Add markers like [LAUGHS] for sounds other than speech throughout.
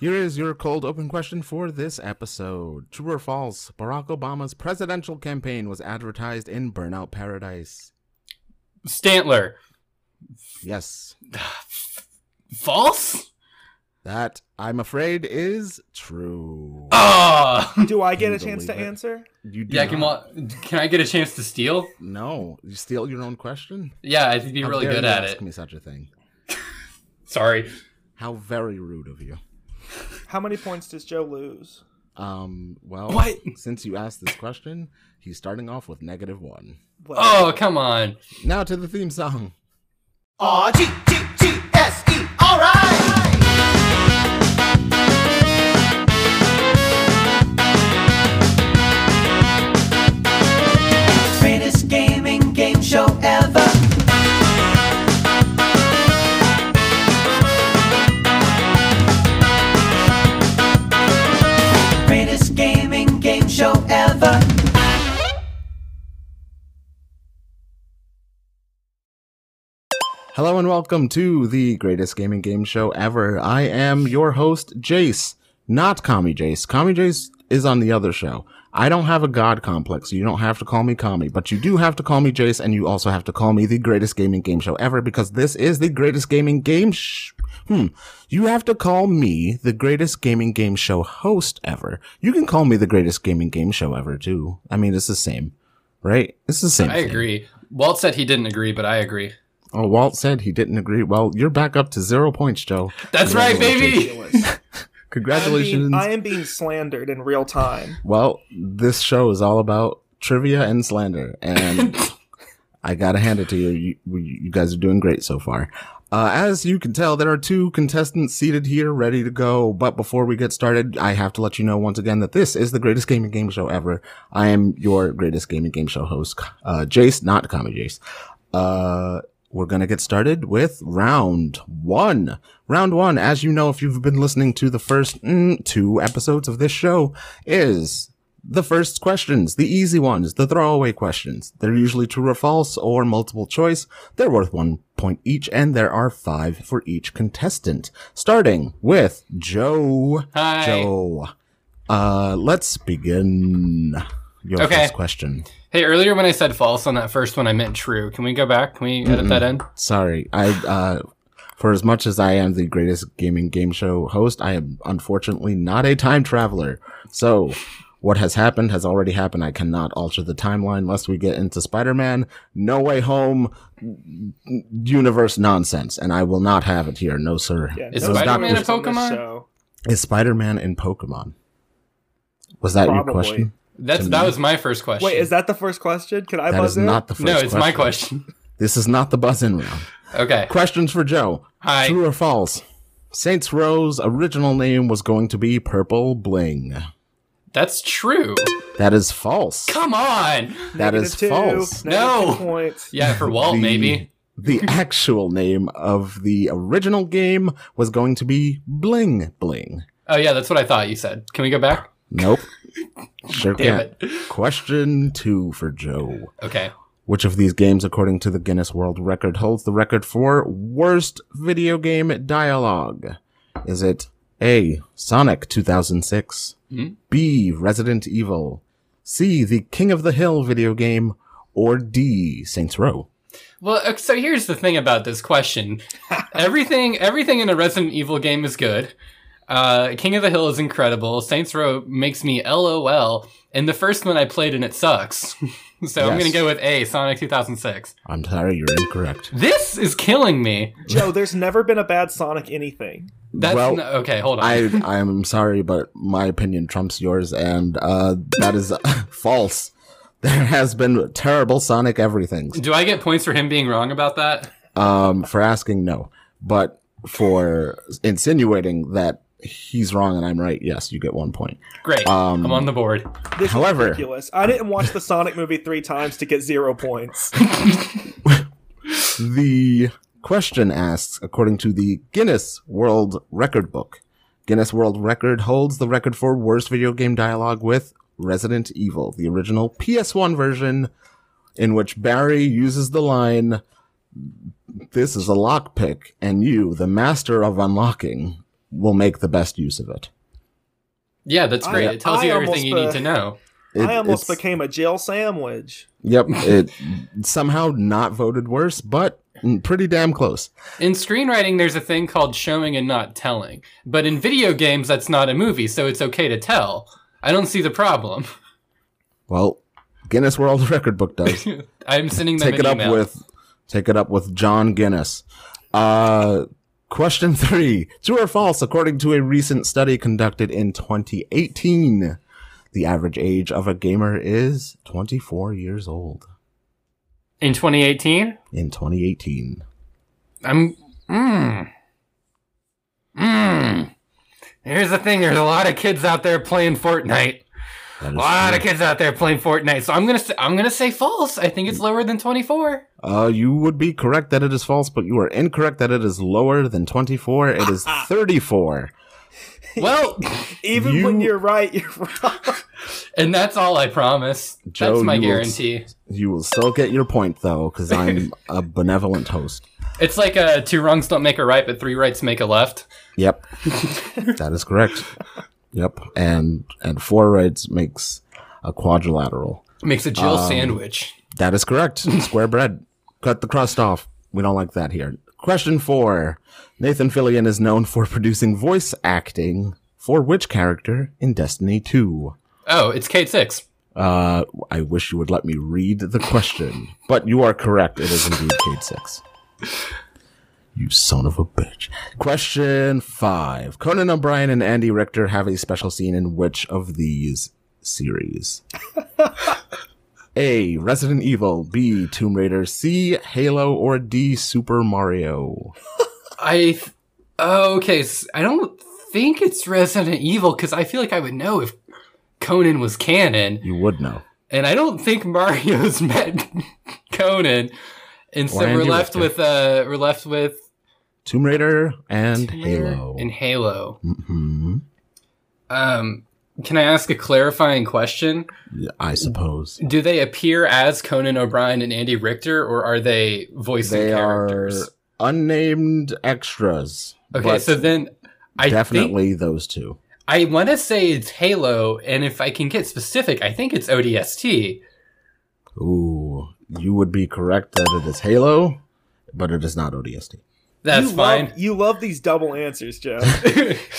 Here is your cold open question for this episode. True or false? Barack Obama's presidential campaign was advertised in Burnout Paradise. Stantler. Yes, False? that I'm afraid is true. Ah! Do I get a Couldn't chance to believe it. answer? You do [LAUGHS] yeah, can, not- wa- can I get a chance to steal? No, you steal your own question. Yeah, I'd be How really dare good you at ask it. me such a thing. Sorry. How very rude of you. How many points does Joe lose? Um, well, What? since you asked this question, he's starting off with negative one. Well, Oh, come on. Now to the theme song. E, R-G-G-G-S-E, alright! Greatest gaming game show ever. Greatest gaming game show ever. Hello and welcome to the greatest gaming game show ever. I am your host, Jace, not Kami Jace. Kami Jace is on the other show. I don't have a god complex, so you don't have to call me Kami, but you do have to call me Jace, and you also have to call me the greatest gaming game show ever because this is the greatest gaming game sh- Hmm. You have to call me the greatest gaming game show host ever. You can call me the greatest gaming game show ever too. I mean, it's the same, right? It's the same. I thing. agree. Walt said he didn't agree, but I agree. Oh, Walt said he didn't agree. Well, you're back up to zero points, Joe. That's right, baby. I'm Congratulations. being, I am being slandered in [LAUGHS] real time. Well, this show is all about trivia and slander, [LAUGHS] and I gotta hand it to you. You, we- you guys are doing great so far. Uh, as you can tell, there are two contestants seated here ready to go. But before we get started, I have to let you know once again that this is the greatest gaming game show ever. I am your greatest gaming game show host, uh, Jace, not Comedy Jace. Uh, we're going to get started with round one. Round one, as you know, if you've been listening to the first mm, two episodes of this show, is the first questions, the easy ones, the throwaway questions. They're usually true or false or multiple choice. They're worth one point each, and there are five for each contestant. Starting with Joe. Hi. Joe. Uh, let's begin your Okay. first question. Hey, earlier when I said false on that first one, I meant true. Can we go back? Can we edit Mm-hmm. that in? Sorry, I uh, for as much as I am the greatest gaming game show host, I am unfortunately not a time traveler. So, what has happened has already happened. I cannot alter the timeline lest we get into Spider-Man, No Way Home, n- n- universe nonsense, and I will not have it here. No, sir. Yeah, Is no Spider-Man spoilers a on this Pokemon? show. Is Spider-Man in Pokemon? Was that your Probably. question? That's To that me. was my first question. Wait, is that the first question? Can I That buzz is in? not the first. no? It's my question. This is not the buzz-in round. [LAUGHS] Okay. Questions for Joe. Hi. True or false? Saints Row's original name was going to be Purple Bling. That's true. That is false. Come on. That Negative is two, false. negative No. [LAUGHS] two points. Yeah, for Walt, The- maybe. The [LAUGHS] actual name of the original game was going to be Bling Bling. Oh yeah, that's what I thought you said. Can we go back? [LAUGHS] Nope. Sure Damn can't. Question two for Joe. Okay. Which of these games, according to the Guinness World Record, holds the record for worst video game dialogue? Is it A. Sonic 2006, Hmm? B. Resident Evil, C. The King of the Hill video game, or D. Saints Row? Well, ok- so here's the thing about this question. [LAUGHS] everything, everything in a Resident Evil game is good. Uh, King of the Hill is incredible. Saints Row makes me LOL. And the first one I played and it sucks. [LAUGHS] so Yes. I'm gonna go with A, Sonic 2006. I'm sorry, you're incorrect. This is killing me. Joe, there's never been a bad Sonic anything. That's well, no- okay. Hold on. I I'm sorry, but my opinion trumps yours, and uh, that is [LAUGHS] false. There has been terrible Sonic everything. Do I get points for him being wrong about that? um, for asking no, but for insinuating that he's wrong and I'm right, yes, you get one point. Great. Um, I'm on the board. This However- is ridiculous. I didn't watch the Sonic movie three times to get zero points. The question asks, according to the Guinness World Record book, Guinness World Record holds the record for worst video game dialogue with Resident Evil, the original PS1 version, in which Barry uses the line, This is a lockpick, and you, the master of unlocking, will make the best use of it. Yeah, that's I- great. it tells I you everything almost, you need uh, to know. [LAUGHS] It- I almost it's- became a jail sandwich. Yep, it somehow not voted worse, but pretty damn close. In screenwriting, there's a thing called showing and not telling. But in video games, that's not a movie, so it's okay to tell. I don't see the problem. [LAUGHS] Well, Guinness World [LAUGHS] Record Book does. I'm sending them take it an up email. with take it up with John Guinness. Uh question 3. True or false according to a recent study conducted in 2018, the average age of a gamer is 24 years old in 2018, in 2018. I'm. Mmm. Mmm. Here's the thing there's a lot of kids out there playing Fortnite. That is A lot true. of kids out there playing Fortnite. So I'm gonna say, I'm gonna say false. I think it's lower than 24. Uh, you would be correct that it is false, but you are incorrect that it is lower than 24. It is 34. Well, Even You- when you're right, you're wrong. and that's all I promise. Joe, that's my you will- guarantee. You will still get your point though, because I'm a benevolent host. It's like uh, two wrongs don't make a right, but three rights make a left. Yep, that is correct. Yep, and and four rights makes a quadrilateral. Makes a Jill Um, sandwich. That is correct. Square bread. Cut the crust off. We don't like that here. Question four: Nathan Fillion is known for producing voice acting for which character in Destiny Two? Oh, it's Kate Six. Uh, I wish you would let me read the question, but you are correct. It is indeed Cade Six. You son of a bitch. Question five. Conan O'Brien and Andy Richter have a special scene in which of these series? [LAUGHS] a. Resident Evil. B. Tomb Raider. C. Halo. Or D. Super Mario. I. Th- oh, okay. s- I don't think it's Resident Evil because I feel like I would know if Conan was canon, You would know. and I don't think Mario's [LAUGHS] met Conan, and so Or Andy we're left Richter. with uh, we're left with Tomb Raider and Halo. and Halo. hmm Um, can I ask a clarifying question? I suppose. Do they appear as Conan O'Brien and Andy Richter, or are they voicing they characters? are unnamed extras. Okay, but so then I definitely definitely those two. think, I want to say it's Halo, and if I can get specific, I think it's ODST. Ooh, you would be correct that it is Halo, but it is not ODST. That's you fine. Love, you love these double answers, Joe.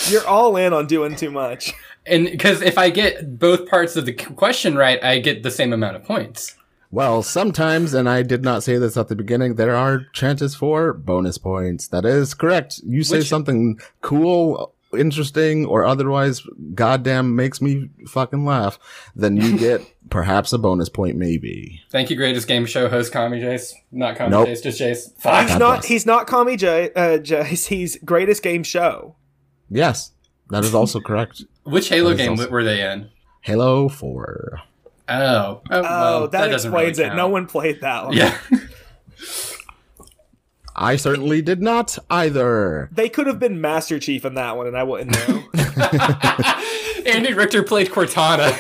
You're all in on doing too much. [LAUGHS] and because if I get both parts of the c- question right, I get the same amount of points. Well, sometimes, and I did not say this at the beginning, there are chances for bonus points. That is correct. You say Which- something cool, interesting, or otherwise goddamn makes me fucking laugh, then [LAUGHS] you get perhaps a bonus point, maybe. Thank you, greatest game show host, Kami Jace. Not Kami Nope. Jace, just Jace. He's Fuck. God not. bless. He's not. Call me Jay. Uh, Jace. He's greatest game show. Yes, that is also correct. Which Halo That is game awesome. w were they in? Halo 4. Oh, oh, Oh, well, that, doesn't really explains it. count. No one played that one. [LAUGHS] Yeah. [LAUGHS] I certainly did not either. They could have been Master Chief in that one, and I wouldn't know. [LAUGHS] Andy Richter played Cortana.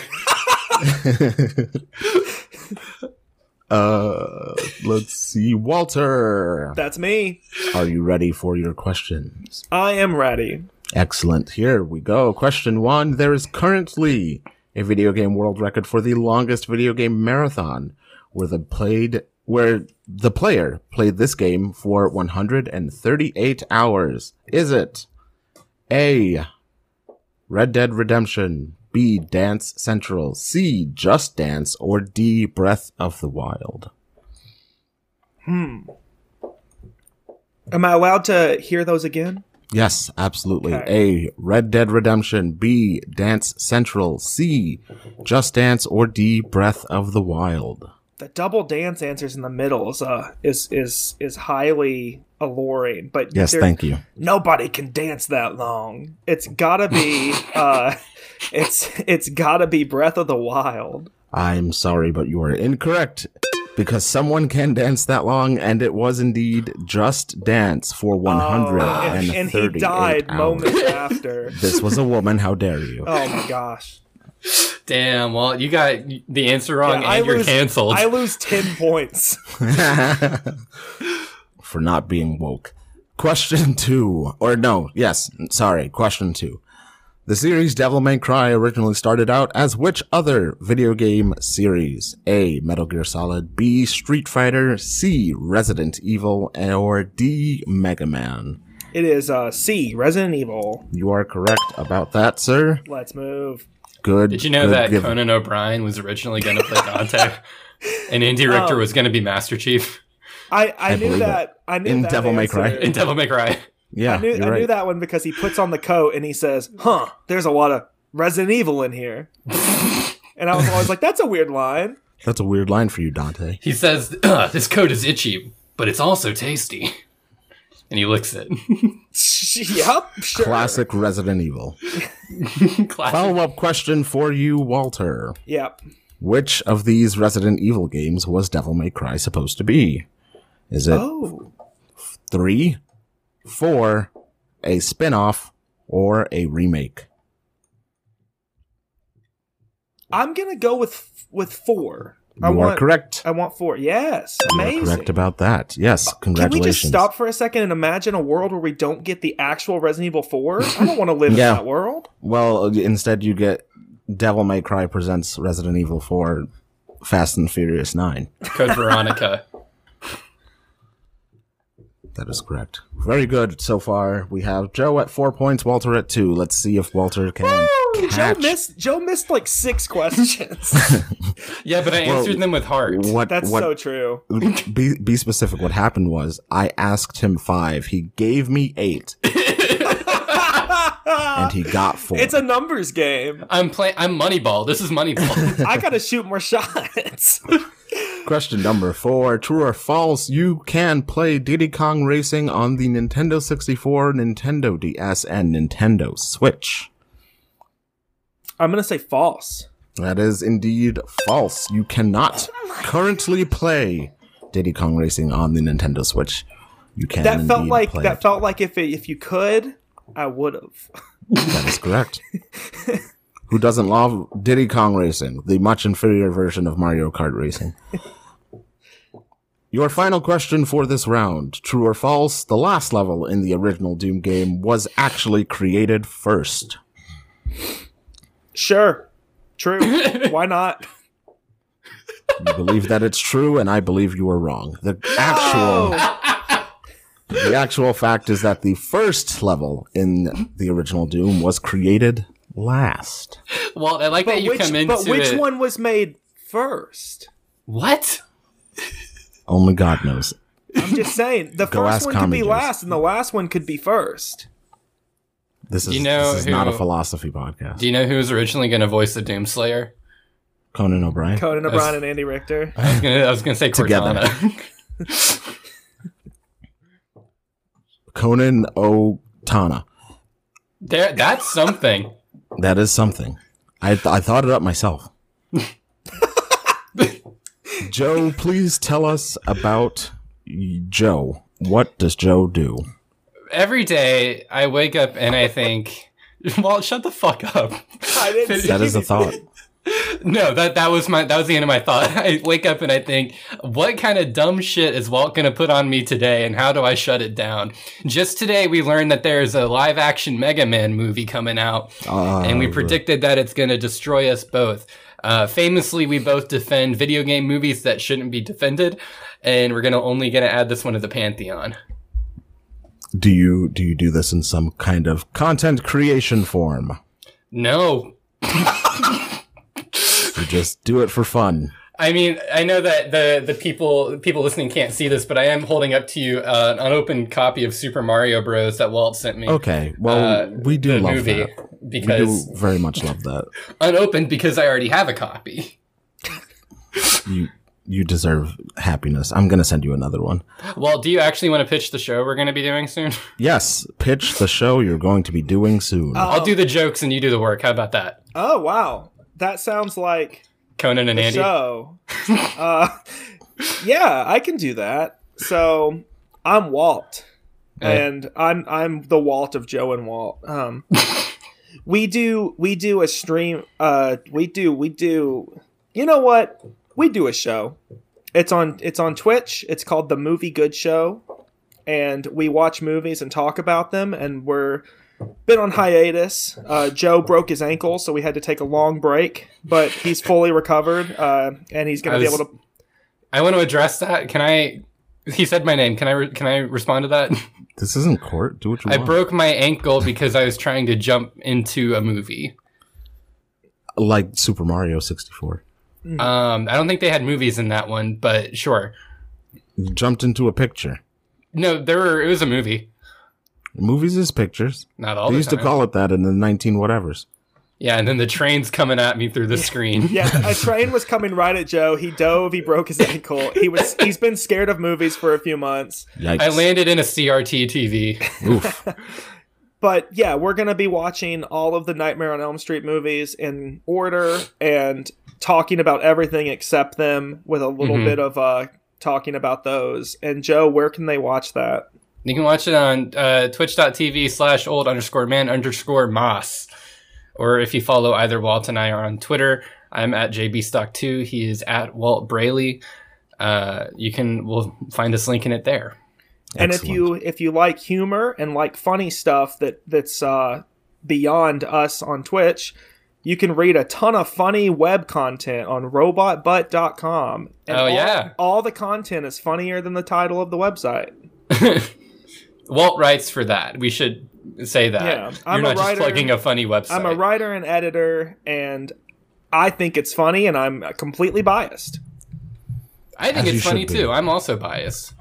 Uh, let's see, Walter. That's me. Are you ready for your questions? I am ready. Excellent. Here we go. Question one. There is currently a video game world record for the longest video game marathon where the played, where the player played this game for 138 hours. Is it A, Red Dead Redemption, B, Dance Central, C, Just Dance, or D, Breath of the Wild? Am I allowed to hear those again? Yes, absolutely. A. Red Dead Redemption. B. Dance Central. C. Just Dance. Or D. Breath of the Wild. The double dance answers in the middle is uh, is is is highly alluring, but Yes, there- thank you. nobody can dance that long. It's gotta be uh, it's it's gotta be Breath of the Wild. I'm sorry, but you are incorrect because someone can dance that long, and it was indeed Just Dance for Oh, 100 and, and he died hours. moments after. This was a woman. How dare you? Oh my gosh! Damn, well, you got the answer wrong Yeah, and you're canceled. [LAUGHS] I lose ten points. [LAUGHS] For not being woke. Question two, or no, yes, sorry, question two. The series Devil May Cry originally started out as which other video game series? A. Metal Gear Solid, B. Street Fighter, C. Resident Evil, or D. Mega Man. It is uh, C, Resident Evil. You are correct about that, sir. Let's move. Good. Did you know good that given. Conan O'Brien was originally going to play [LAUGHS] Dante, and Andy Richter Oh. was going to be Master Chief I, I, I knew believe that. I knew In that Devil May Cry. [LAUGHS] answer. in Devil May Cry? Yeah, I knew, you're I right. knew that one because he puts on the coat and he says, "Huh, there's a lot of Resident Evil [LAUGHS] in here," and I was always like, "That's a weird line." [LAUGHS] That's a weird line for you, Dante. He says, "Ugh, "This coat is itchy, but it's also tasty," and he licks it. [LAUGHS] yep, sure. Classic Resident Evil. Classic. Follow up question for you, Walter. Yep. Which of these Resident Evil games was Devil May Cry supposed to be? Is it Oh, three, four, a spin off, or a remake? I'm gonna go with with four. I You are want correct. I want four. Yes, You are amazing. correct about that. Yes, Can we congratulations. just stop for a second and imagine a world where we don't get the actual Resident Evil Four? I don't want to live Yeah. in that world. Well, instead you get Devil May Cry presents Resident Evil 4 Fast and Furious 9. Code Veronica. That is correct. Very good so far. We have Joe at four points, Walter at two. Let's see if Walter can catch Joe missed. Joe missed [LAUGHS] like six questions. Yeah, but I Well, answered them with heart. what. That's what so true. be, be specific. What happened was I asked him five. He gave me [LAUGHS] eight, and he got four. It's a numbers game. I'm playing. I'm Moneyball. This [LAUGHS] is Moneyball. I gotta shoot more shots. [LAUGHS] Question number four: True or false? You can play Diddy Kong Racing on the Nintendo 64, Nintendo DS, and Nintendo Switch. I'm gonna say false. That is indeed false. You cannot currently play Diddy Kong Racing on the Nintendo Switch. You can. That felt indeed like play that it. felt like if it, if you could, I would have. That is correct. Who doesn't love Diddy Kong Racing, the much inferior version of Mario Kart Racing? Your final question for this round true or false, the last level in the original Doom game was actually created first. Sure, [LAUGHS] true. Why not? You believe that it's true, and I believe you are wrong. The actual. The actual fact is that the first level in the original Doom was created last. Walt, I like that But you which, come into but which it. one was made first? What? Only God knows. I'm [LAUGHS] just saying the Go first ask one could be Common last, and the last one could be first. This is, You know this is not a who- philosophy podcast. Do you know who was originally going to voice the Doomslayer? Conan O'Brien. Conan O'Brien and Andy [LAUGHS] Richter. I was gonna, I was gonna say Together. Cortana. [LAUGHS] Conan O'Tana. there, that's something. That is something. I, th- I thought it up [LAUGHS] myself. Joe, please tell us about Joe. What does Joe do? Every day, I wake up and I think, [LAUGHS] Walt, shut the fuck up. I didn't That is a [LAUGHS] thought. No, that that was my that was the end of my thought. [LAUGHS] I wake up and I think, what kind of dumb shit is Walt gonna put on me today, and how do I shut it down? Just today, we learned that there is a live action Mega Man movie coming out, and we predicted that it's gonna destroy us both. Uh, famously, we both defend video game movies that shouldn't be defended, and we're gonna only gonna add this one to the pantheon. Do you do you do this in some kind of content creation form? No, You just do it for fun. I mean, I know that the the people people listening can't see this, but I am holding up to you uh, an unopened copy of Super Mario Bros. that Walt sent me. Okay. Well, Uh, we do the love movie that. We do because very much love that. unopened because I already have a copy. [LAUGHS] You you deserve happiness. I'm gonna send you another one. Well, do you actually want to pitch the show we're going to be doing soon? [LAUGHS] Yes, pitch the show you're going to be doing soon. Oh. I'll do the jokes and you do the work. How about that, Oh wow, that sounds like Conan and the Andy? show. uh, yeah, I can do that. So I'm Walt, Yeah. and I'm I'm the Walt of Joe and Walt. Um, we do we do a stream. Uh, we do we do. You know what? We do a show. It's on it's on Twitch. It's called the Movie Good Show. and we watch movies and talk about them. And we're been on hiatus. Uh, Joe broke his ankle, so we had to take a long break, but he's fully recovered, uh, and he's going I to be was- able to. I want to address that. Can I? He said my name. Can I? Re- can I respond to that? [LAUGHS] This isn't court. Do what you I want. broke my ankle because I was trying to jump into a movie. like Super Mario 64. Um, I don't think they had movies in that one, but sure. You jumped into a picture. No, there were. It was a movie. Movies is pictures. Not all. they the used to time. call it that in the 19 whatevers. Yeah, and then the train's coming at me through the screen. [LAUGHS] Yeah, a train was coming right at Joe. He dove. He broke his ankle. He was. He's been scared of movies for a few months. Yikes. I landed in a CRT TV. Oof. But yeah, we're gonna be watching all of the Nightmare on Elm Street movies in order and talking about everything except them with a little Mhm. bit of uh talking about those. And Joe, where can they watch that? You can watch it on uh, twitch.tv slash old underscore man underscore moss. Or if you follow either Walt and I are on Twitter, I'm at jbstock2. He is at Walt Brayley. Uh, you can we'll find us linking it there. and if you if you like humor and like funny stuff that that's uh, beyond us on twitch you can read a ton of funny web content on robotbutt.com and Oh, all- yeah. all the content is funnier than the title of the website Walt writes for that. We should say that. Yeah, I'm You're a not writer. just plugging a funny website. i'm a writer and editor and i think it's funny and i'm completely biased I think As you it's funny should be. too. I'm also biased.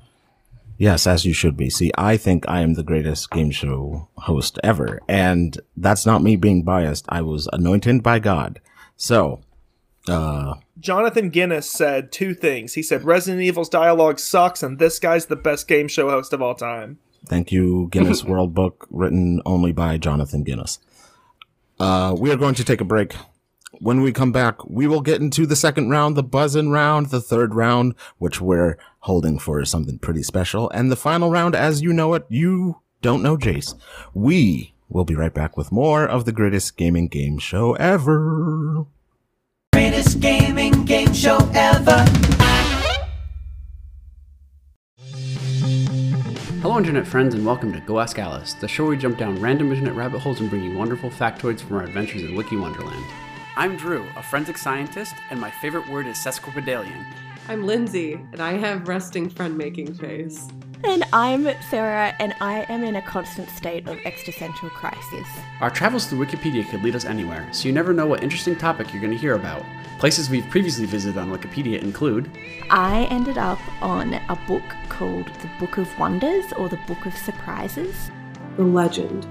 Yes, as you should be. See, I think I am the greatest game show host ever. And that's not me being biased. I was anointed by God. So, uh, jonathan guinness said two things he said resident evil's dialogue sucks and this guy's the best game show host of all time thank you, Guinness World Book, written only by Jonathan Guinness. Uh, we are going to take a break. When we come back, we will get into the second round, the buzzin' round, the third round, which we're holding for something pretty special, and the final round, as you know it, you don't know Jace. We will be right back with more of the greatest gaming game show ever. Greatest gaming game show ever. Hello, Internet friends, and welcome to Go Ask Alice, the show where we jump down random internet rabbit holes and bring you wonderful factoids from our adventures in Wiki Wonderland. I'm Drew, a forensic scientist, and my favorite word is sesquipedalian. I'm Lindsay, and I have resting friend making face. And I'm Sarah, and I am in a constant state of existential crisis. Our travels through Wikipedia could lead us anywhere, so you never know what interesting topic you're going to hear about. Places we've previously visited on Wikipedia include I ended up on a book called The Book of Wonders or The Book of Surprises. The legend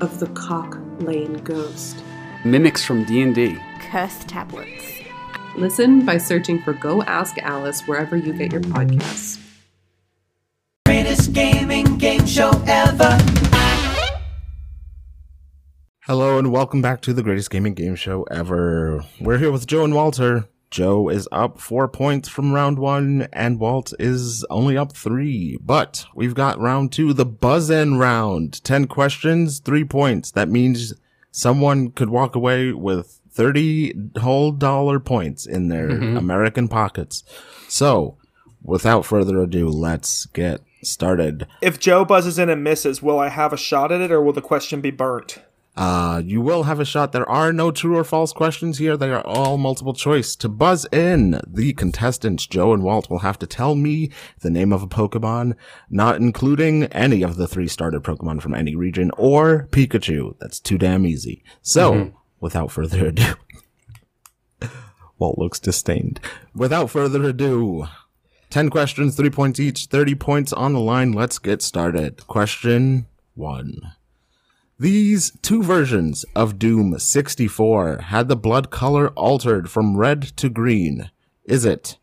of the Cock Lane Ghost. mimics from D&D, Curse tablets. Listen by searching for Go Ask Alice wherever you get your podcasts. Greatest gaming game show ever. Hello and welcome back to the greatest gaming game show ever. We're here with Joe and Walter. Joe is up four points from round one, and Walt is only up three. But we've got round two, the buzz in round. Ten questions, three points. That means someone could walk away with 30 whole dollar points in their American pockets. So, without further ado, let's get started. If Joe buzzes in and misses, will I have a shot at it or will the question be burnt? Uh, you will have a shot. There are no true or false questions here. They are all multiple choice. To buzz in, the contestants, Joe and Walt, will have to tell me the name of a Pokemon, not including any of the three starter Pokemon from any region or Pikachu. That's too damn easy. So, without further ado, Walt looks disdained. Without further ado, 10 questions, 3 points each, 30 points on the line. Let's get started. Question 1. These two versions of Doom 64 had the blood color altered from red to green. Is it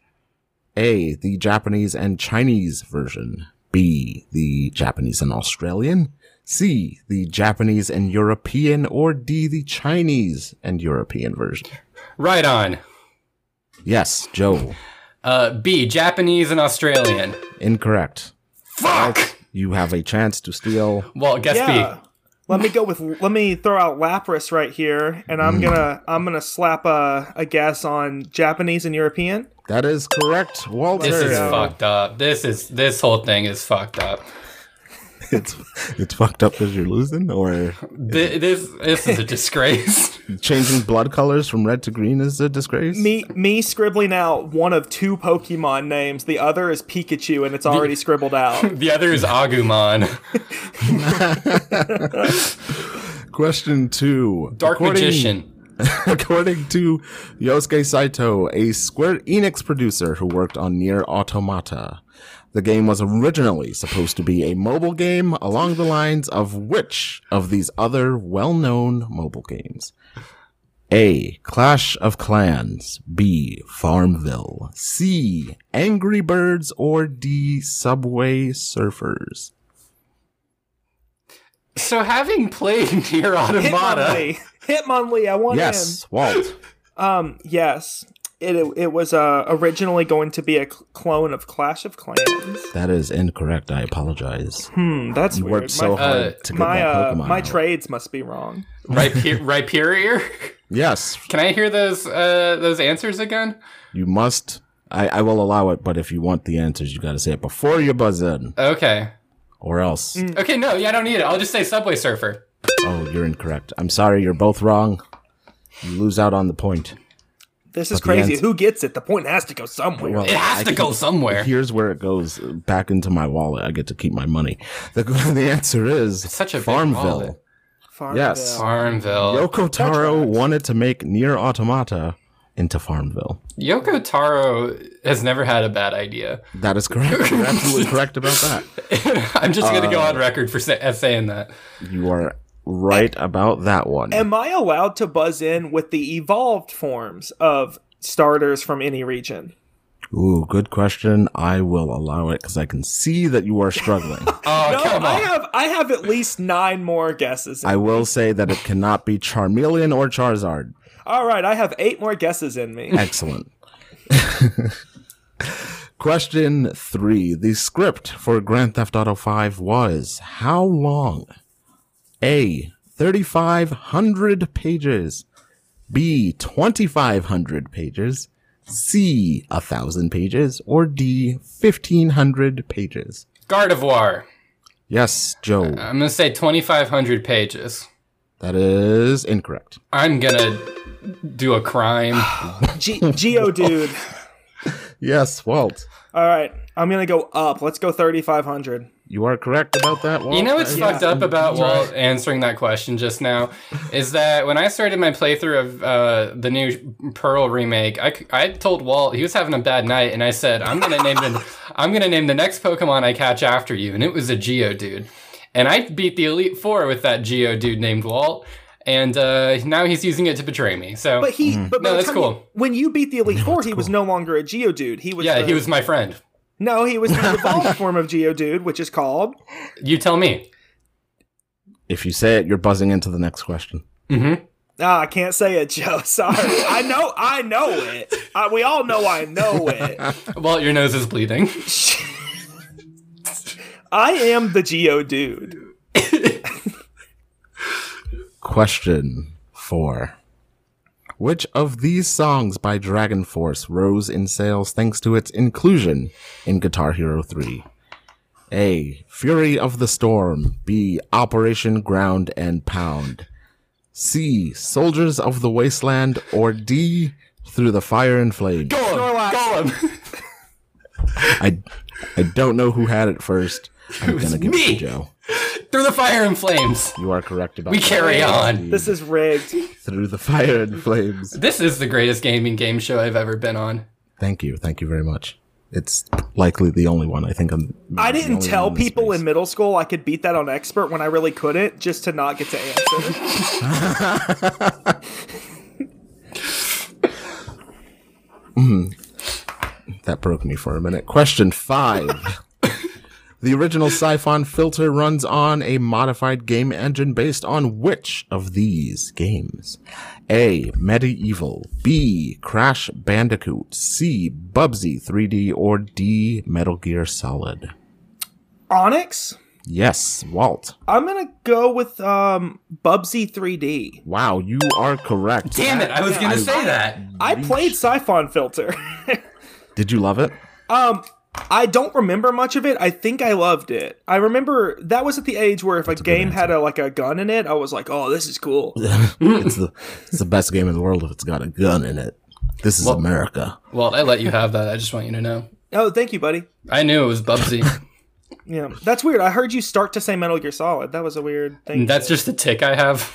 A, the Japanese and Chinese version, B, the Japanese and Australian, C, the Japanese and European, or D, the Chinese and European version? Right on. Yes, Joe. Uh, B, Japanese and Australian. Incorrect. Fuck! You have a chance to steal. Well, guess Yeah. B. Let me go with let me throw out Lapras right here and I'm going to I'm going to slap a, a guess on Japanese and European. That is correct, Walter. This is Yeah. fucked up. This is this whole thing is fucked up. it's it's fucked up because you're losing, or Th- this this is a [LAUGHS] disgrace. changing blood colors from red to green is a disgrace. Me, me scribbling out one of two Pokemon names. The other is Pikachu, and it's already scribbled out. the other is Agumon. Question two: Dark According- Magician. [LAUGHS] According to Yosuke Saito, a Square Enix producer who worked on Nier Automata, the game was originally supposed to be a mobile game along the lines of which of these other well-known mobile games? A. Clash of Clans. B. Farmville. C. Angry Birds. Or D. Subway Surfers. So having played Nier Automata, Hitmonlee, Hitmonlee, I want him. Yes, Walt. Um, yes. It, it, it was uh, originally going to be a cl- clone of Clash of Clans. That is incorrect. I apologize. Hmm, that's You weird. worked so my hard uh, to get my, that uh, Pokemon my out. trades must be wrong. Rhyper- Rhyperior. Yes, Can I hear those uh, those answers again? You must. I, I will allow it, but if you want the answers, you got to say it before you buzz in, Okay. or else. Mm. Okay. No. Yeah. I don't need it. I'll just say Subway Surfer. Oh, you're incorrect. I'm sorry, you're both wrong. You lose out on the point. This is But the crazy. ans- Who gets it? The point has to go somewhere. Well, It has I to go somewhere. Here's where it goes uh, back into my wallet. I get to keep my money. The, [LAUGHS] the answer is such a big wallet. Farmville. Farmville. yes. Farmville. Yoko Taro wanted to make Near Automata into Farmville. Yoko Taro has never had a bad idea. [LAUGHS] That is correct. You're absolutely correct about that. I'm just gonna Uh. go on record for sa- as saying that. You are right about that one. Am I allowed to buzz in with the evolved forms of starters from any region? Ooh, good question. I will allow it because I can see that you are struggling. Oh No, come I on. have I have at least nine more guesses. in- I will say that it cannot be Charmeleon or Charizard. All right, I have eight more guesses in me. Excellent. [LAUGHS] Question three. The script for Grand Theft Auto 5 was how long? A. 3,500 pages. B. 2,500 pages. C. 1,000 pages. Or D. 1,500 pages. Gardevoir. Yes, Joe. I'm gonna say 2,500 pages. That is incorrect. I'm gonna do a crime. G- Geodude. Yes, Walt. All right, I'm gonna go up. Let's go 3,500. You are correct about that, Walt. You know what's That fucked is up about incorrect. Walt answering that question just now is that when I started my playthrough of uh, the new Pearl remake, I, c- I told Walt he was having a bad night, and I said I'm gonna name the [LAUGHS] I'm gonna name the next Pokemon I catch after you, and it was a Geodude, and I beat the Elite Four with that Geodude named Walt, and uh, now he's using it to betray me. So But he, Mm-hmm. but by No, the that's time you- cool. when you beat the Elite Four, he was no longer a Geodude. He was yeah, the- he was my friend. no, [LAUGHS] he was the evolved form of Geodude, which is called. You tell me. If you say it, you're buzzing into the next question. Ah, I can't say it, Joe. [LAUGHS] Sorry, I know, I know it. I, we all know, I know it. Walt, your nose is bleeding. [LAUGHS] I am the Geodude. Question four. Which of these songs by Dragon Force rose in sales thanks to its inclusion in Guitar Hero 3? A. Fury of the Storm. B. Operation Ground and Pound. C. Soldiers of the Wasteland. Or D. Through the Fire and Flame. Golem. I, I don't know who had it first. I'm gonna give it me. to Joe. [LAUGHS] Through the fire and flames. You are correct about We that. carry on. This is rigged. through the fire and flames. This is the greatest gaming game show I've ever been on. Thank you, thank you very much. It's likely the only one I think um, I'm. I the didn't only tell one in this people space. in middle school I could beat that on expert when I really couldn't, just to not get to answer. that broke me for a minute. Question five. [COUGHS] the original Siphon filter runs on a modified game engine based on which of these games? A. Medieval. B. Crash Bandicoot. C. Bubsy 3D. Or D. Metal Gear Solid. Onyx. Yes, Walt. I'm gonna go with um, Bubsy 3D. Wow, you are correct. Damn it, I was gonna say that. I played Siphon Filter. [LAUGHS] Did you love it? um, I don't remember much of it. I think I loved it. I remember that was at the age where if a game had a like a gun in it, I was like, "Oh, this is cool." [LAUGHS] it's the it's the best game in the world if it's got a gun in it. This is Well- America. Well, I let you have that. I just want you to know. oh, thank you, buddy. I knew it was [LAUGHS] Bubsy. Yeah, that's weird. I heard you start to say Metal Gear Solid. That was a weird thing. That's just the tick I have.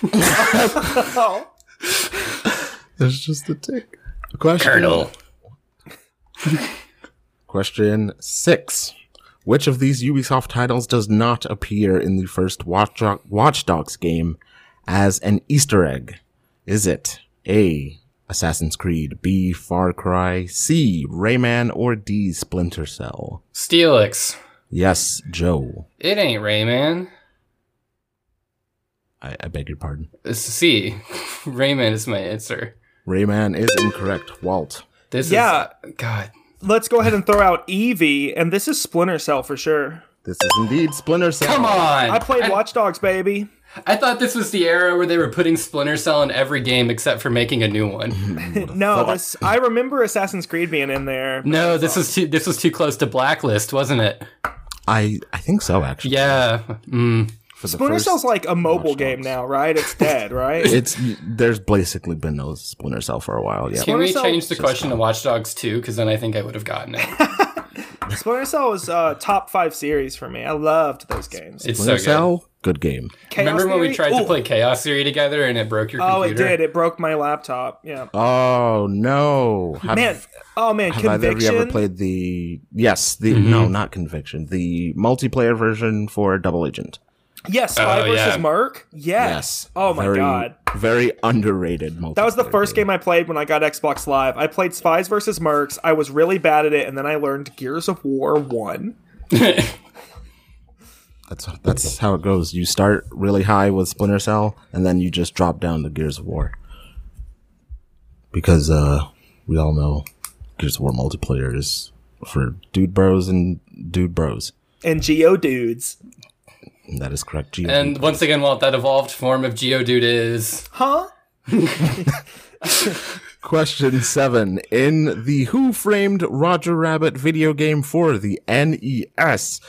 oh, There's just a tick. Question. Colonel. Question six. Which of these Ubisoft titles does not appear in the first Watch, Do- Watch Dogs game as an Easter egg? Is it A. Assassin's Creed, B. Far Cry, C. Rayman, or D. Splinter Cell? Steelix. Yes, Joe. It ain't Rayman. I, I beg your pardon. It's C. [LAUGHS] Rayman is my answer. Rayman is incorrect. Walt. This Yeah. is God. let's go ahead and throw out Eevee, and this is Splinter Cell for sure. This is indeed Splinter Cell. Come on. I played Watch Dogs, baby. I thought this was the era where they were putting Splinter Cell in every game except for making a new [LAUGHS] one. No, this I remember Assassin's Creed being in there. No, this was too this was too close to Blacklist, wasn't it? I, I think so, actually. Yeah. Mm. For the Splinter first- Cell's like a mobile Watch game Dogs. now, right? [LAUGHS] It's dead, right? It's there's basically been no Splinter Cell for a while. Yeah. Can we Cell- change the question to Watch Dogs 2 because then I think I would have gotten it. Splinter Cell was uh, top five series for me. I loved those games. It's so Splinter good. Cell, good game. Chaos Remember when we Theory? tried to Ooh. play Chaos Theory together and it broke your Oh, it computer? did. It broke my laptop. Yeah. Oh no! Have, Man, oh man, have either of you conviction. ever played the? Yes, the no, not conviction. The multiplayer version for Double Agent. yes, Spy Oh, versus yeah. Merc. Yes. Oh my Very- god. very underrated. Multiplayer That was the first game I played when I got Xbox Live. I played Spies versus Mercs. I was really bad at it, and then I learned Gears of War 1. That's that's how it goes. You start really high with Splinter Cell, and then you just drop down to Gears of War. Because uh, we all know Gears of War multiplayer is for dude bros and dude bros. And Geo Dudes. And that is correct. G- And once again, Walt, that evolved form of Geodude is. Huh? Question seven. In the Who Framed Roger Rabbit video game for the NES,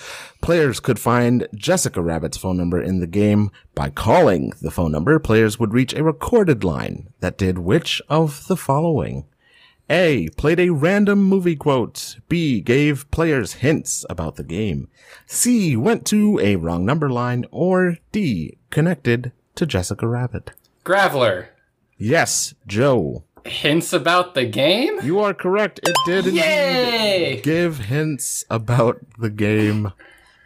players could find Jessica Rabbit's phone number in the game. By calling the phone number, players would reach a recorded line that did which of the following? A. Played a random movie quote. B. Gave players hints about the game. C. Went to a wrong number line. Or D. Connected to Jessica Rabbit. Graveler. Yes, Joe. Hints about the game? You are correct. It did indeed Yay! give hints about the game.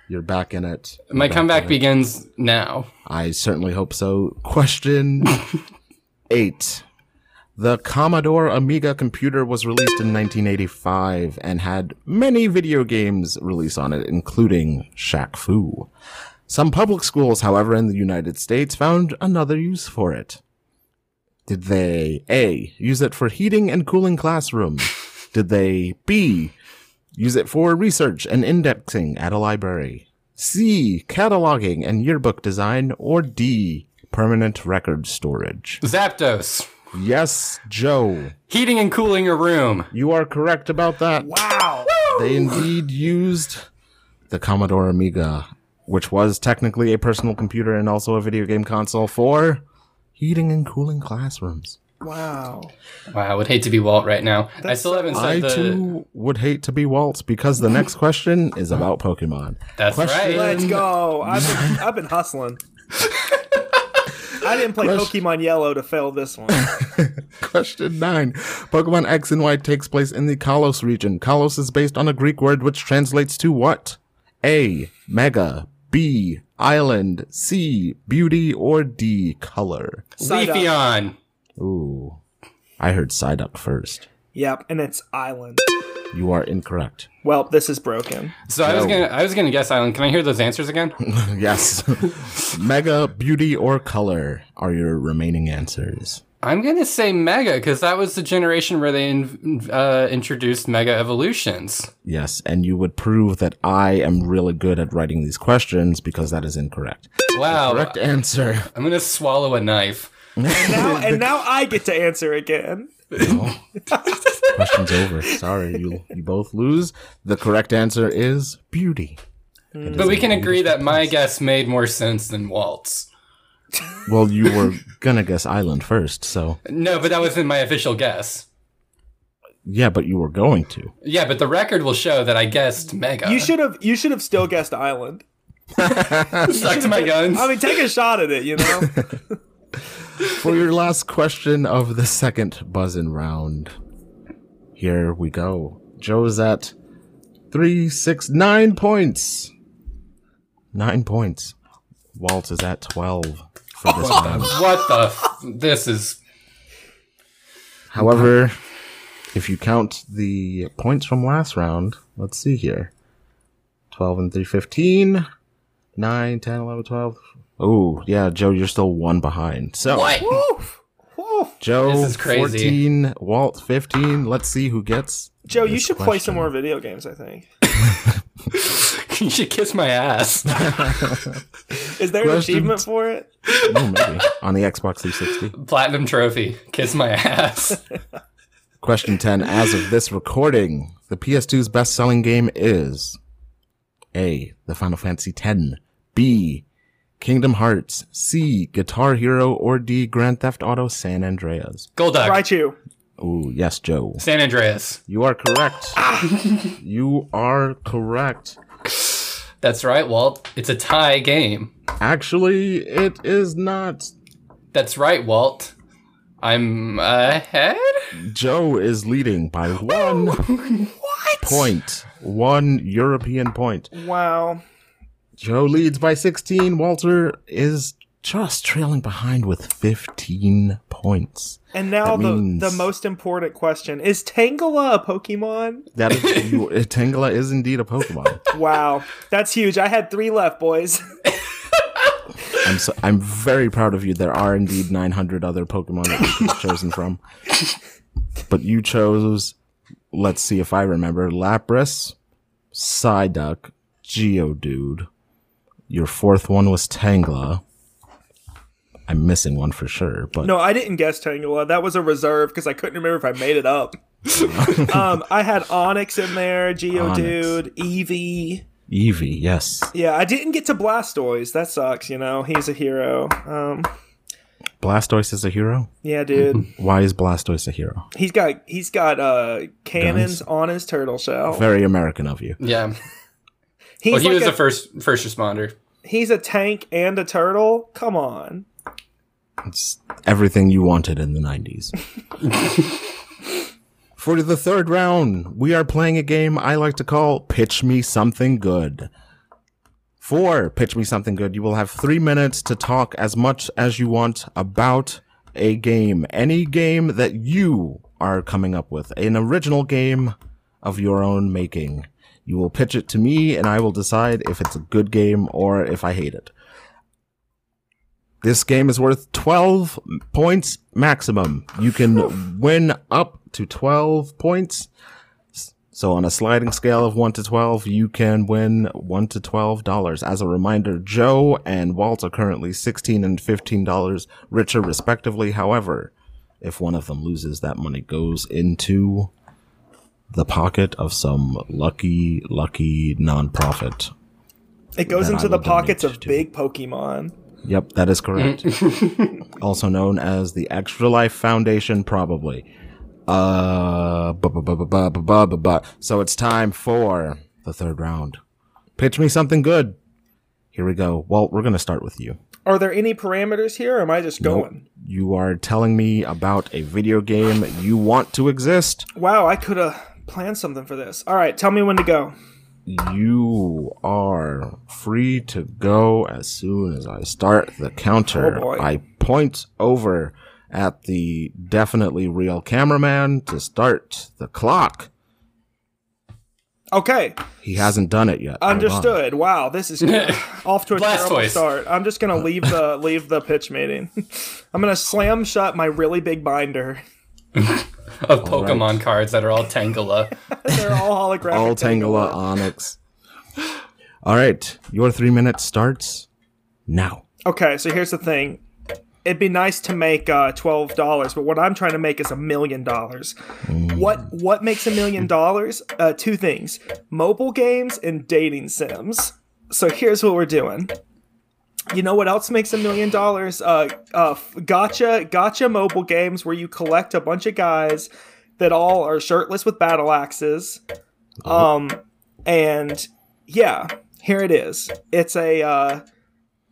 You're back in it. My You're back comeback in it. begins now. I certainly hope so. Question eight. The Commodore Amiga computer was released in 1985 and had many video games released on it, including Shaq Fu. Some public schools, however, in the United States found another use for it. Did they A. Use it for heating and cooling classrooms? Did they B. Use it for research and indexing at a library? C. Cataloging and yearbook design? Or D. Permanent record storage? Zapdos. Yes, Joe. Heating and cooling a room. You are correct about that. Wow. They indeed used the Commodore Amiga, which was technically a personal computer and also a video game console for heating and cooling classrooms. Wow. Wow, I would hate to be Walt right now. I still haven't said I the. too would hate to be Waltz because the next question is about Pokemon. That's Question- right. Let's go. I've [LAUGHS] been, I've been hustling. I didn't play Pokemon Yellow to fail [LAUGHS] this one. [LAUGHS] Question nine. Pokemon X and Y takes place in the Kalos region. Kalos is based on a Greek word which translates to what? A. Mega. B. Island. C. Beauty. Or D. Color. Psyduck. Leafeon. Ooh. I heard Psyduck first. Yep, and it's Island. You are incorrect. [LAUGHS] Well, this is broken. So I was No. gonna, I was gonna guess Island. Can I hear those answers again? yes. [LAUGHS] Mega, beauty, or color are your remaining answers. I'm gonna say Mega because that was the generation where they in, uh, introduced Mega Evolutions. Yes, and you would prove that I am really good at writing these questions because that is incorrect. Wow. Correct answer. I'm gonna swallow a knife. [LAUGHS] Now, and now I get to answer again. No. Question's over. Sorry, you you both lose. The correct answer is beauty. It is But we a can beautiful agree that my place. guess made more sense than Walt's. Well, you were gonna guess island first, so No, but that wasn't my official guess. yeah, but you were going to. Yeah, but the record will show that I guessed Mega. You should have. You should have still guessed Island. suck to my guns. I mean, [LAUGHS] take a shot at it. You know. For your last question of the second buzzin round, here we go. Joe's at three, six, nine points. Nine points. Walt is at twelve for this round. what the? F- this is [LAUGHS] However, if you count the points from last round, let's see here. 12 and 3, 15. 9, 10, 11, 12. Oh, yeah, Joe, you're still one behind. So, what? Joe, This is crazy. 14, Walt, 15. Let's see who gets. Joe, you this should play question. some more video games. I think. you should kiss my ass. [LAUGHS] Is there an Question- achievement for it? No, Oh, maybe. On the Xbox [LAUGHS] 360. Platinum trophy. Kiss my ass. Question 10. As of this recording, the PS2's best selling game is A. The Final Fantasy X, B. Kingdom Hearts, C. Guitar Hero, or D. Grand Theft Auto San Andreas. Golduck. Raichu. Ooh, yes, Joe. San Andreas. You are correct. you are correct. That's right, Walt. It's a tie game. Actually, it is not. That's right, Walt. I'm ahead. Joe is leading by one point. One European point. Wow. Joe leads by 16. Walter is just trailing behind with 15 points. And now That the means- the most important question is Tangela a Pokemon? That is, you, Tangela is indeed a Pokemon. [LAUGHS] Wow, that's huge. I had three left, boys. [LAUGHS] I'm so, I'm very proud of you. There are indeed 900 other Pokemon that you could have chosen from, but you chose. Let's see if I remember: Lapras, Psyduck, Geodude. Your fourth one was Tangela. I'm missing one for sure, but No, I didn't guess Tangela. That was a reserve because I couldn't remember if I made [LAUGHS] it up. um, I had Onyx in there, Geodude, Eevee. Eevee, yes. Yeah, I didn't get to Blastoise. That sucks, you know. He's a hero. Um, Blastoise is a hero. yeah, dude. Why is Blastoise a hero? he's got he's got uh cannons Guns? on his turtle shell. Very American of you. [LAUGHS] Yeah. He's well, he like was a, the first first responder. he's a tank and a turtle. Come on. It's everything you wanted in the 90s. [LAUGHS] For the third round, we are playing a game I like to call Pitch Me Something Good. For Pitch Me Something Good, you will have three minutes to talk as much as you want about a game. Any game that you are coming up with, an original game of your own making. You will pitch it to me, and I will decide if it's a good game or if I hate it. This game is worth 12 points maximum. You can win up to 12 points. So on a sliding scale of 1 to 12, you can win 1 to 12 dollars. As a reminder, Joe and Walt are currently 16 and 15 dollars richer respectively. However, if one of them loses, that money goes into the pocket of some lucky, lucky nonprofit. It goes That into I the will donate pockets of to. big Pokemon. Yep, that is correct. also known as the Extra Life Foundation, probably. Uh, bu- bu- bu- bu- bu- bu- bu- bu- bu- so it's time for the third round. Pitch me something good. Here we go. Walt, we're going to start with you. Are there any parameters here or am I just going? You are telling me about a video game you want to exist. Wow, I could have planned something for this. All right, tell me when to go. You are free to go as soon as I start the counter. Oh, boy. I point over at the definitely real cameraman to start the clock. Okay, He hasn't done it yet. Hold on. understood. Wow, this is off to a terrible Blastoise. start. I'm just gonna leave the leave the pitch meeting. [LAUGHS] I'm gonna slam shut my really big binder. Of Pokemon cards that are all Tangela. [LAUGHS] They're all holographic. All Tangela Tangela. Onyx. All right, your three minutes starts now. Okay, so here's the thing. it'd be nice to make uh, twelve dollars, but what I'm trying to make is a million dollars. What what makes a million dollars? Uh, Two things: mobile games and dating sims. So here's what we're doing. You know what else makes a million dollars? Uh, uh, f- gotcha, gotcha mobile games where you collect a bunch of guys that all are shirtless with battle axes. Um, and yeah, here it is. It's a uh,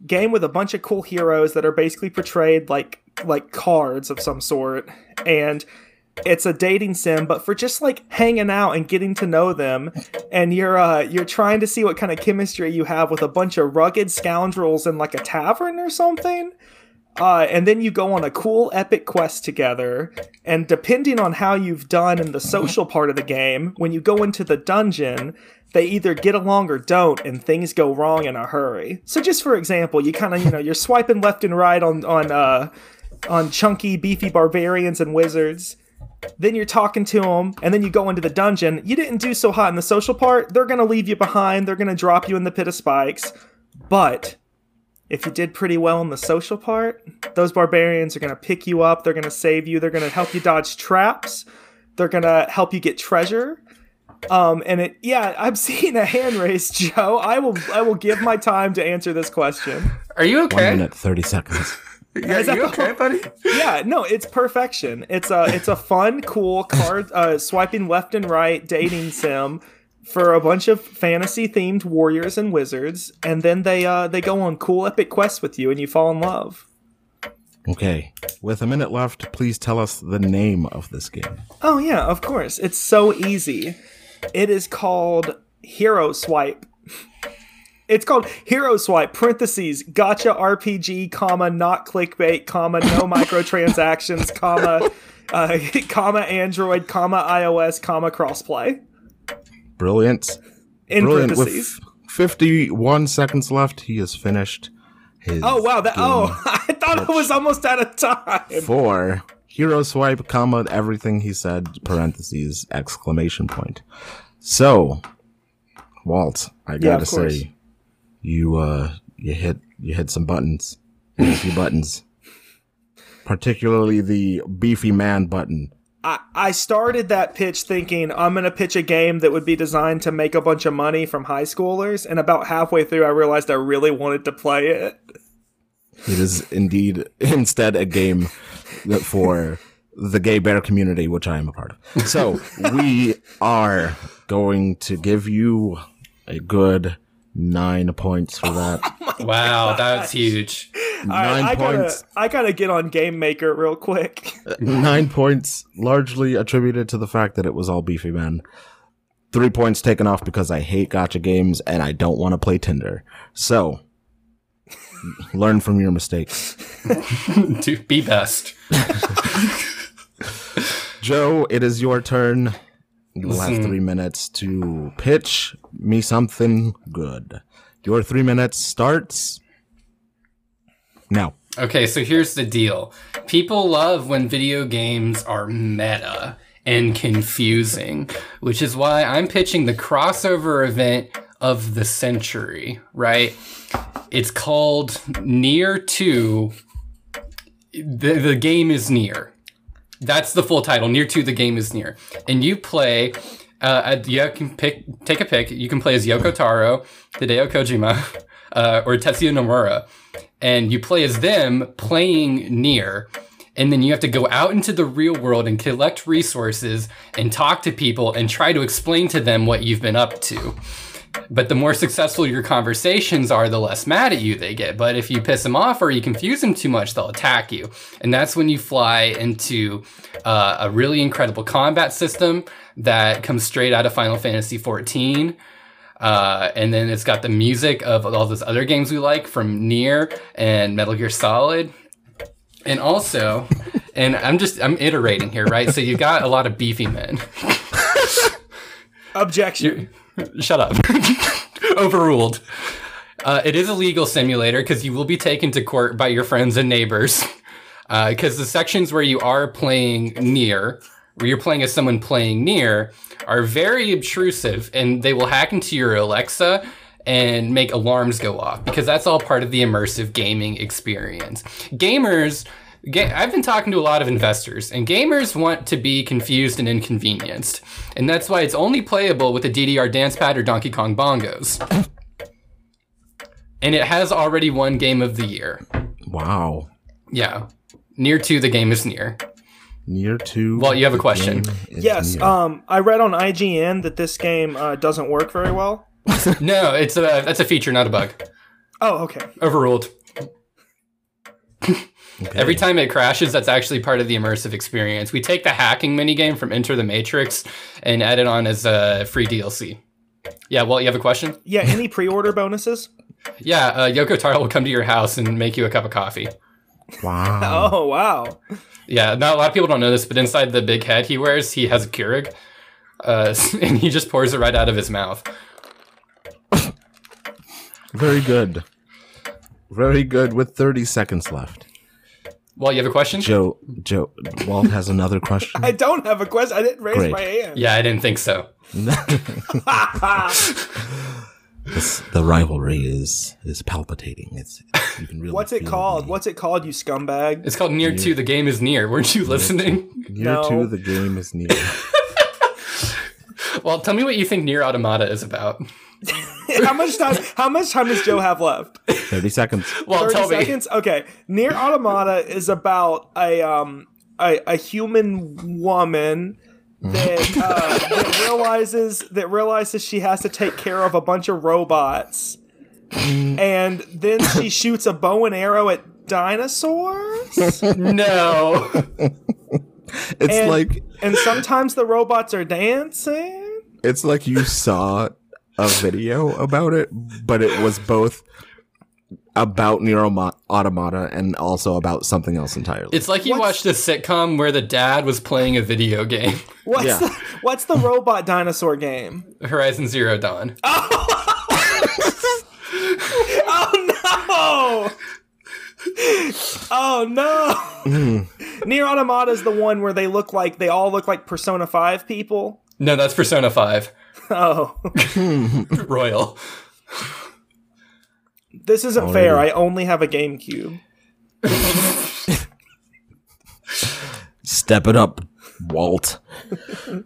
game with a bunch of cool heroes that are basically portrayed like like cards of some sort, and it's a dating sim, but for just like hanging out and getting to know them. And you're uh, you're trying to see what kind of chemistry you have with a bunch of rugged scoundrels in like a tavern or something. Uh, and then you go on a cool epic quest together. And depending on how you've done in the social part of the game, when you go into the dungeon, they either get along or don't, and things go wrong in a hurry. So, just for example, you kind of you know you're swiping left and right on on uh, on chunky, beefy barbarians and wizards. Then you're talking to them, and then you go into the dungeon. You didn't do so hot in the social part. They're gonna leave you behind. They're gonna drop you in the pit of spikes. But if you did pretty well in the social part, those barbarians are going to pick you up. They're going to save you. They're going to help you dodge traps. They're going to help you get treasure. Um, and it, yeah, [LAUGHS] I'm seeing a hand raised, Joe. I will, I will give my time to answer this question. Are you One okay? minute, 30 seconds. Yeah, you okay, buddy? Yeah, no, it's perfection. It's a, it's a fun, cool card, uh, swiping left and right dating sim for a bunch of fantasy themed warriors and wizards. And then they, uh, they go on cool epic quests with you and you fall in love. Okay. With a minute left, please tell us the name of this game. Oh yeah, of course. It's so easy. It is called Hero Swipe. It's called Hero Swipe parentheses Gotcha RPG comma not clickbait [LAUGHS] comma no microtransactions comma uh, [LAUGHS] comma Android comma iOS comma crossplay Brilliant. in Brilliant. parentheses. With 51 seconds left, he has finished his. Oh wow! That oh, [LAUGHS] game I thought I was almost out of time. For hero swipe, comma, everything he said, parentheses, exclamation point. So, Walt, I Yeah, gotta of course. say, you, uh, you hit, you hit some buttons. You hit a few [LAUGHS] buttons. Particularly the beefy man button. I, I started that pitch thinking I'm going to pitch a game that would be designed to make a bunch of money from high schoolers, and about halfway through, I realized I really wanted to play it. It is indeed [LAUGHS] instead a game that for the gay bear community, which I am a part of. So we are going to give you a good nine points for that. Oh Wow, that's huge. Nine I, I points. Gotta, I got to get on Game Maker real quick. [LAUGHS] Nine points largely attributed to the fact that it was all beefy men. Three points taken off because I hate gotcha games and I don't want to play Tinder. So [LAUGHS] learn from your mistakes. to be best. Joe, it is your turn. You will have Listen. three minutes to pitch me something good. Your three minutes starts now. Okay, so here's the deal. People love when video games are meta and confusing, which is why I'm pitching the crossover event of the century, right? It's called Near 2. The, the game is near. That's the full title. Near two, the game is near, and you play. Uh, a- you can pick, take a pick. You can play as Yoko Taro, Hideo Kojima, [LAUGHS] uh, or Tetsuya Nomura, and you play as them playing near. And then you have to go out into the real world and collect resources and talk to people and try to explain to them what you've been up to. But the more successful your conversations are, the less mad at you they get. But if you piss them off or you confuse them too much, they'll attack you. And that's when you fly into uh, a really incredible combat system that comes straight out of Final Fantasy XIV. Uh, and then it's got the music of all those other games we like from Near and Metal Gear Solid. And also, and I'm just, I'm iterating here, right? So you've got a lot of beefy men. Objection. Shut up. [LAUGHS] Overruled. Uh, it is a legal simulator because you will be taken to court by your friends and neighbors. Because Uh, the sections where you are playing near, where you're playing as someone playing near, are very obtrusive and they will hack into your Alexa and make alarms go off because that's all part of the immersive gaming experience. Gamers, ga- I've been talking to a lot of investors, and gamers want to be confused and inconvenienced. And that's why it's only playable with a DDR dance pad or Donkey Kong bongos. And it has already won Game of the Year. Wow. Yeah. Near to the game is near. Near to. Well, you have a question. game is Yes, near. um, I read on IGN that this game uh, doesn't work very well. No, it's a that's a feature, not a bug. Oh, okay. Overruled. Okay. Every time it crashes, that's actually part of the immersive experience. We take the hacking minigame from Enter the Matrix and add it on as a free DLC. Yeah, well, you have a question? Yeah, any [LAUGHS] pre-order bonuses? Yeah, uh, Yoko Taro will come to your house and make you a cup of coffee. [LAUGHS] Wow. [LAUGHS] Oh, wow. Yeah, not a lot of people don't know this, but inside the big head he wears, he has a Keurig, uh, [LAUGHS] and he just pours it right out of his mouth. Very good. Very good. With 30 seconds left. Well, you have a question? Joe, Joe, Walt has another question. I don't have a question. I didn't raise Great. my hand. Yeah, I didn't think so. This- the rivalry is is palpitating. It's you can really What's it feel called? the- What's it called, [LAUGHS] you scumbag? It's called Near Two. The game is near. Weren't you listening? [LAUGHS] near No. to the game is near. well, tell me what you think Near Automata is about. how much time? How much time does Joe have left? Thirty seconds. [LAUGHS] Well, Thirty Oh, tell me. seconds. Okay. Near Automata is about a um a, a human woman that uh, that realizes that realizes she has to take care of a bunch of robots, and then she shoots a bow and arrow at dinosaurs. No. [LAUGHS] It's And- like and sometimes the robots are dancing. it's like you saw a video about it, but it was both about Neuro Automata and also about something else entirely. It's like you watched a sitcom where the dad was playing a video game, [LAUGHS] What's Yeah. the, what's the robot dinosaur game? Horizon Zero Dawn. Oh [LAUGHS] no! Oh no! Near Automata is the one where they look like they all look like Persona Five people. No, that's Persona 5. Oh, [LAUGHS] Royal. this isn't fair. I only have a GameCube. Step it up, Walt. [LAUGHS]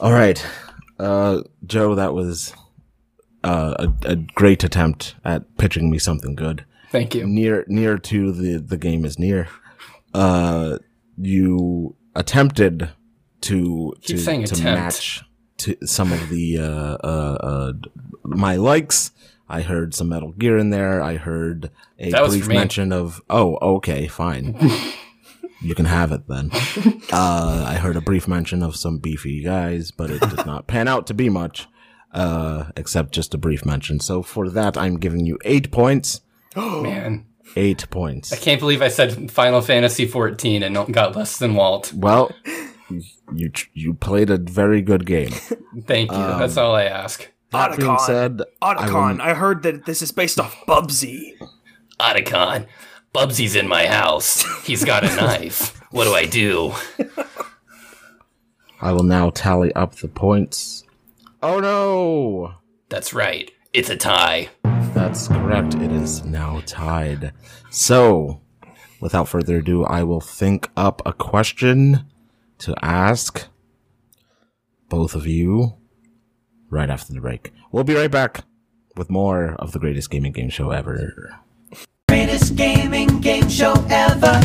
All right, uh, Joe, that was uh, a, a great attempt at pitching me something good. Thank you. near near to the the game is near uh you attempted to Keep to, saying to attempt. match to some of the uh, uh uh my likes i heard some metal gear in there i heard a That was brief for me. mention of oh okay [LAUGHS] fine you can have it then uh i heard a brief mention of some beefy guys but it did not pan out to be much uh except just a brief mention so for that i'm giving you eight points Man, Eight I points. can't believe I said Final Fantasy 14 and got less than Walt. Well, you you played a very good [LAUGHS] game. Thank you. that's all I ask. That being Otacon. said, Otacon. I, heard that this is based off Bubsy. Otacon, Bubsy's in my house. He's got a [LAUGHS] knife. What do I do? I will now tally up the points. Oh no! That's right. It's a tie. That's correct. It is now tied. So, without further ado, I will think up a question to ask both of you right after the break. We'll be right back with more of the greatest gaming game show ever. Greatest gaming game show ever.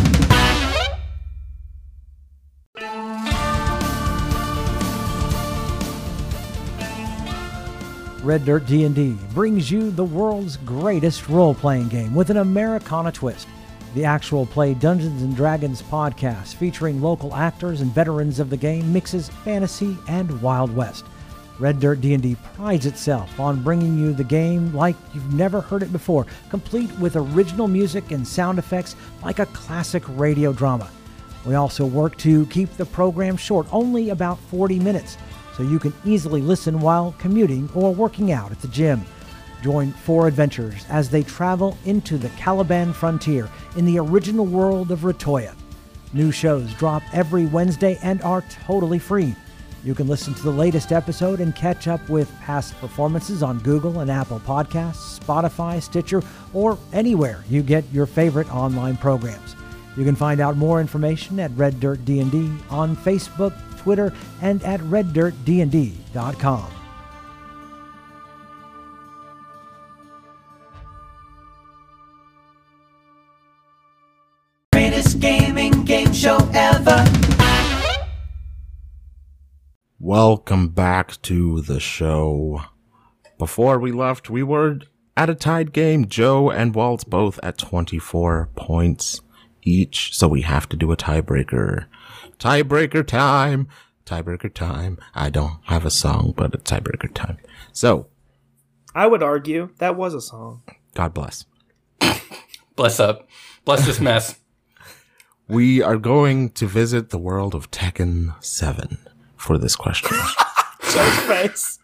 Red Dirt D&D brings you the world's greatest role-playing game with an Americana twist. The actual play Dungeons and Dragons podcast featuring local actors and veterans of the game mixes fantasy and Wild West. Red Dirt D&D prides itself on bringing you the game like you've never heard it before, complete with original music and sound effects like a classic radio drama. We also work to keep the program short, only about 40 minutes, so you can easily listen while commuting or working out at the gym. Join four adventurers as they travel into the Caliban frontier in the original world of Ratoya. New shows drop every Wednesday and are totally free. You can listen to the latest episode and catch up with past performances on Google and Apple Podcasts, Spotify, Stitcher, or anywhere you get your favorite online programs. You can find out more information at Red Dirt D&D on Facebook, Twitter, and at reddirtdnd.com. Greatest gaming game show ever. Welcome back to the show. Before we left, we were at a tied game. Joe and Walt both at 24 points each, so we have to do a tiebreaker. Tiebreaker time! Tiebreaker time. I don't have a song, but it's tiebreaker time. So, I would argue that was a song. [LAUGHS] God bless. Bless up. Bless this mess. We are going to visit the world of Tekken 7 for this question. [COUGHS] Face.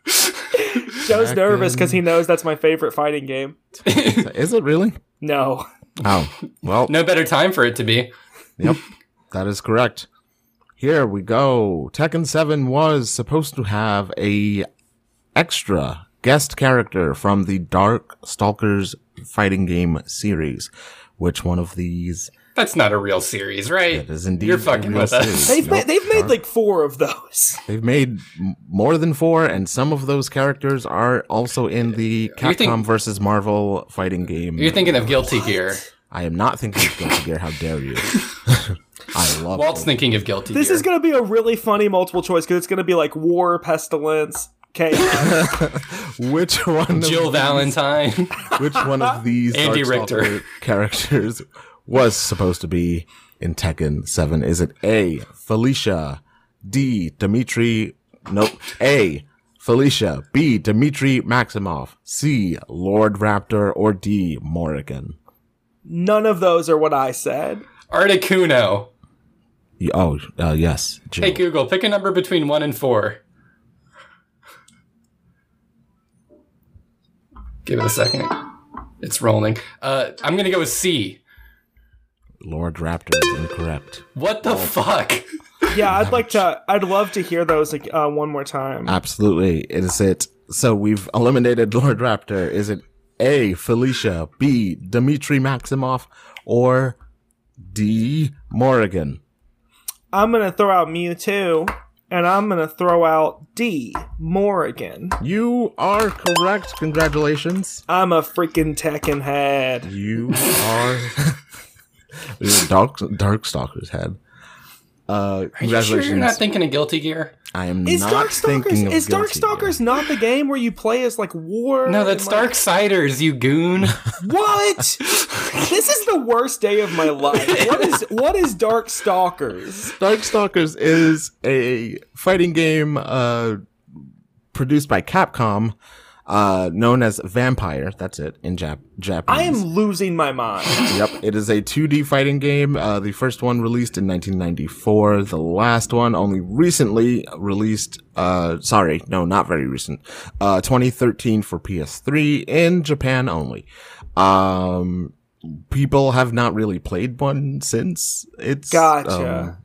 Joe's nervous because he knows that's my favorite fighting game. Is it really? No. Oh, well. No better time for it to be. Yep, that is correct. Here we go. Tekken 7 was supposed to have a extra guest character from the Dark Stalkers fighting game series. Which one of these That's not a real series, right? it is indeed? You're a fucking real with us. series? They've, Nope. ma- they've made like four of those. They've made m- more than four, and some of those characters are also in the You Capcom think- versus Marvel fighting game. You're thinking of Guilty Gear. I am not thinking of Guilty Gear. How dare [LAUGHS] you? I love Walt's Guilty thinking of Guilty This Gear. is going to be a really funny multiple choice because it's going to be like war, pestilence, [LAUGHS] chaos. Which one? of Jill these- Valentine. [LAUGHS] Which one of these Andy Darkstalker Richter. [LAUGHS] characters was supposed to be in Tekken 7? Is it A, Felicia, D, Dmitri, nope, A, Felicia, B, Dmitri Maximov, C, Lord Raptor, or D, Morrigan? None of those are what I said. Articuno. Y- Oh, uh, yes, Jill. Hey Google, pick a number between one and four. Give it a second. It's rolling. Uh, I'm gonna go with C. Lord Raptor is incorrect. What the fuck? Yeah, I'd like to. I'd love to hear those like, uh, one more time. Absolutely. Is it, so we've eliminated Lord Raptor. Is it A, Felicia, B, Dmitri Maximov, or D, Morrigan? I'm gonna throw out Mewtwo, and I'm gonna throw out D Morrigan. You are correct. Congratulations. I'm a freaking Tekken head. You are. [LAUGHS] This is Dark Darkstalker's head. Uh, Are you sure congratulations. you're not thinking of Guilty Gear? I am Is not thinking Darkstalkers of is Guilty Darkstalkers Gear. not the game where you play as like war? No, and, that's like- Darksiders, [LAUGHS] you goon. [LAUGHS] What? this is the worst day of my life. What is what is Darkstalkers? Darkstalkers is a fighting game uh, produced by Capcom, uh, known as Vampire. That's it in Jap- Japanese. I am losing my mind. Yep, it is a 2D fighting game. Uh, the first one released in 1994. The last one only recently released. Uh, sorry, no, not very recent. Uh, 2013 for PS3 in Japan only. Um, people have not really played one since it's Gotcha. um,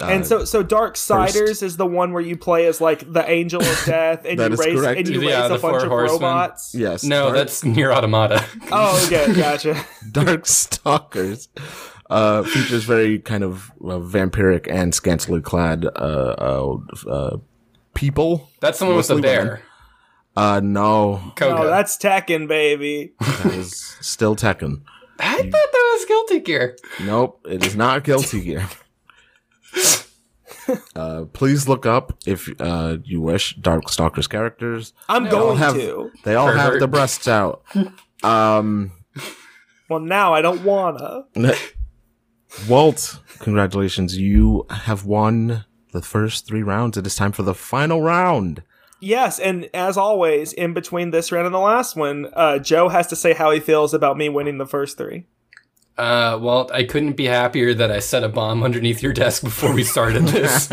and uh, so so Darksiders is the one where you play as like the angel [LAUGHS] of death and That you is raise correct. and you Yeah, raise the a bunch four of horsemen. robots. yes, no, Dark- that's Near Automata. Oh, [LAUGHS] okay, gotcha. Dark Stalkers uh, features very kind of uh, vampiric and scantily clad uh, uh, uh, people. That's the one with the Mostly bear. women. Uh, no, Koga. No, that's Tekken, baby. that is still Tekken. I thought that was Guilty Gear. Nope, it is not Guilty Gear. Uh, please look up if uh, you wish Darkstalkers characters. I'm They all going have to. they all have Pervert. the breasts out. Um, Well, now I don't wanna. Walt, congratulations! You have won the first three rounds. It is time for the final round. Yes, and as always, in between this round and the last one, uh, Joe has to say how he feels about me winning the first three. Uh, Walt, I couldn't be happier that I set a bomb underneath your desk before we started [LAUGHS] this.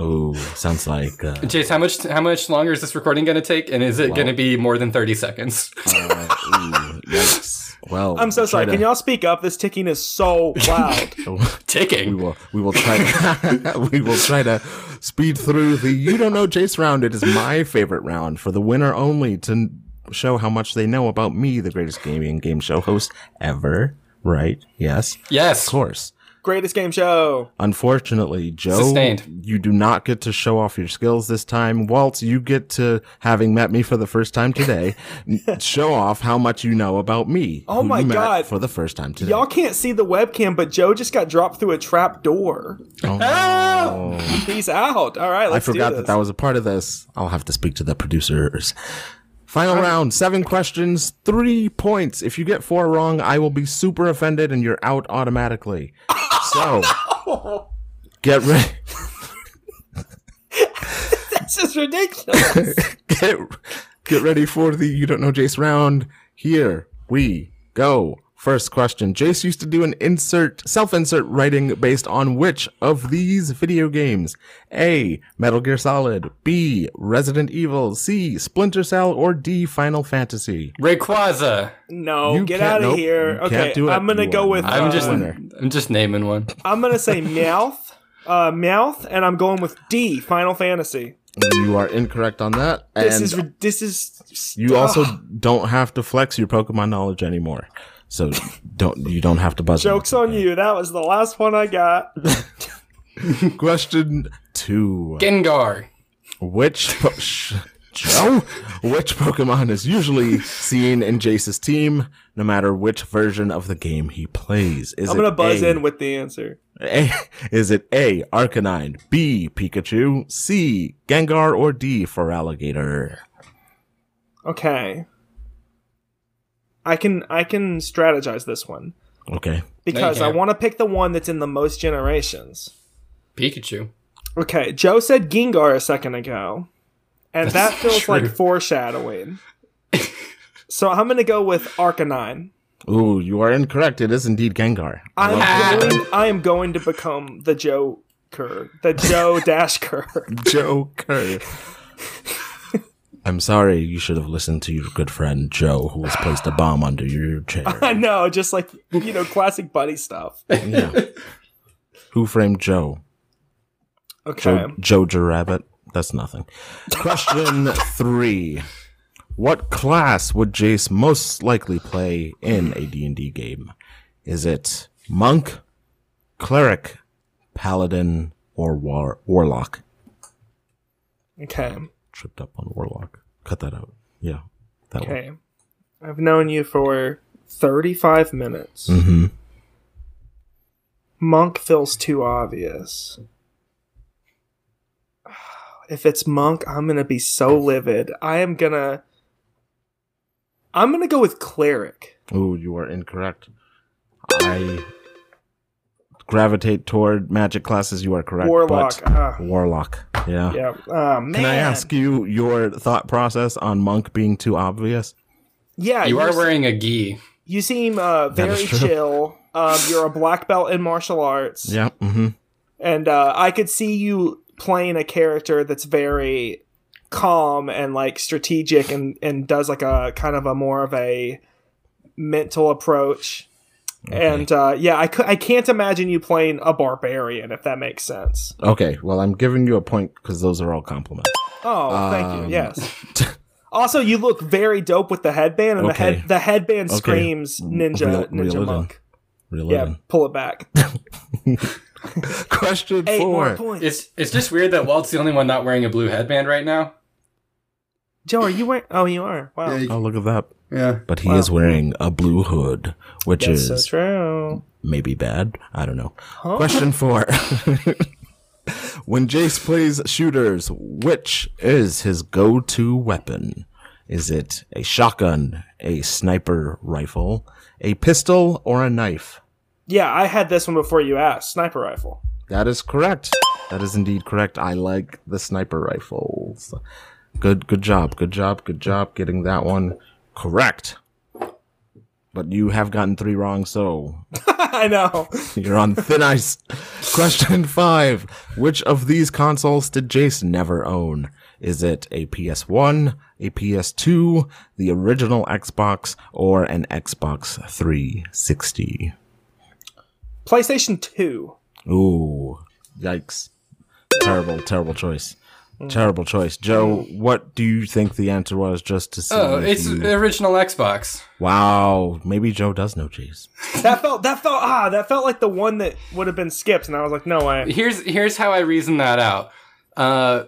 Oh, sounds like [LAUGHS] uh, Chase, how much how much [LAUGHS] longer is this recording going to take, and is it going to be more than thirty seconds? uh, ooh, yikes. Well, I'm so we'll try sorry. Can to- y'all speak up? This ticking [LAUGHS] is so loud. We [LAUGHS] Ticking. will. We will try. we will try to [LAUGHS] speed through the. You don't know Jace round. It is my favorite round for the winner only to n- show how much they know about me, the greatest gaming game show host ever. Right? Yes. Of Yes. course. Greatest game show. Unfortunately, Joe, Sustained. you do not get to show off your skills this time. Waltz, you get to, having met me for the first time today, [LAUGHS] n- show off how much you know about me. Oh who my you met God. For the first time today. Y'all can't see the webcam, but Joe just got dropped through a trap door. Oh. [LAUGHS] He's out. All right, I let's forgot do this. that that was a part of this. I'll have to speak to the producers. Final round, seven questions, three points. If you get four wrong, I will be super offended and you're out [LAUGHS] automatically. So, get ready. this [LAUGHS] is ridiculous. Get, get ready for the you don't know Jace round. Here we go. First question. Jace used to do an insert, self-insert writing based on which of these video games? A. Metal Gear Solid. B. Resident Evil. C. Splinter Cell. Or D. Final Fantasy. Rayquaza. no, You get can't- out of nope, here. you okay, can't do it. I'm gonna You go are with. not I'm uh, just winner. I'm just naming one. I'm [LAUGHS] gonna say mouth. Uh, mouth, and I'm going with D. Final Fantasy. You are incorrect on that. This and is ri- this is. you also don't have to flex your Pokemon knowledge anymore. So don't you don't have to buzz. Jokes on you. That was the last one [LAUGHS] I got. Question two. Gengar. Which po- [LAUGHS] sh- Joe? Which Pokemon is usually seen in Jace's team, no matter which version of the game he plays? Is I'm it gonna buzz A- in with the answer. A- is it A. Arcanine, B. Pikachu, C. Gengar, or D. For alligator? Okay. I can I can strategize this one Okay. because I can't. want to pick the one that's in the most generations. Pikachu. Okay, Joe said Gengar a second ago, and That's that feels true. like foreshadowing. so I'm gonna go with Arcanine. Ooh, you are incorrect. It is indeed [LAUGHS] Gengar. I'm going, I am going to become the Joe Kerr, the Joe Dash Kerr. Joker. I'm sorry. You should have listened to your good friend Joe, who has placed a bomb under your chair. [LAUGHS] [LAUGHS] I know, just like you know, classic buddy stuff. Yeah. Who framed Joe? Okay, Joe, Jojo Rabbit. That's nothing. [LAUGHS] Question three: What class would Jace most likely play in a D&D game? Is it monk, cleric, paladin, or war- warlock? okay, Tripped up on warlock. Cut that out. Yeah, that one. okay. I've known you for 35 minutes. Mm-hmm. Monk feels too obvious. If it's Monk, I'm gonna be so livid. I am gonna. I'm gonna go with Cleric. Oh, you are incorrect. I gravitate toward magic classes. You are correct. Warlock. but- ah, warlock. Yeah. yeah. Ah, man. Can I ask you your thought process on monk being too obvious? Yeah, You are s- wearing a gi. You seem uh, That is very true. chill. Um, you're a black belt in martial arts. Yeah. Mm-hmm. and uh, I could see you playing a character that's very calm and like strategic and and does like a kind of a more of a mental approach. And uh, yeah, I cou- I can't imagine you playing a barbarian if that makes sense. Okay. Well, I'm giving you a point because those are all compliments. Oh, thank Um, you. [LAUGHS] Yes. also, you look very dope with the headband, and the Okay. head the headband Okay. Mm, screams Reel- ninja reel it ninja in. monk. Really? Yeah, pull it back. [LAUGHS] Question Eight more four. points. It's it's just weird that Walt's the only one not wearing a blue headband right now. Joe, are you wearing? Oh, you are. Wow, Oh, look at that. Yeah. But he is wearing a blue hood, which that's so is true. maybe bad. I don't know. Question [LAUGHS] four. [LAUGHS] when Jace plays shooters, which is his go to weapon? Is it a shotgun, a sniper rifle, a pistol, or a knife? Yeah, I had this one before you asked. Sniper rifle. [LAUGHS] That is correct. That is indeed correct. I like the sniper rifles. Good, good job. Good job. Good job getting that one correct. But you have gotten three wrong, so [LAUGHS] I know. You're on thin ice. Question five. Which of these consoles did Jace never own? Is it a PS1, a PS2, the original Xbox, or an Xbox 360? PlayStation 2. Ooh, yikes. Terrible, terrible choice. Terrible choice. Joe, what do you think the answer was just to see? Oh, if it's you- the original Xbox. Wow, maybe Joe does know cheese. [LAUGHS] That felt that felt ah that felt like the one that would have been skipped, and I was like, no way. Here's here's how I reason that out. Uh,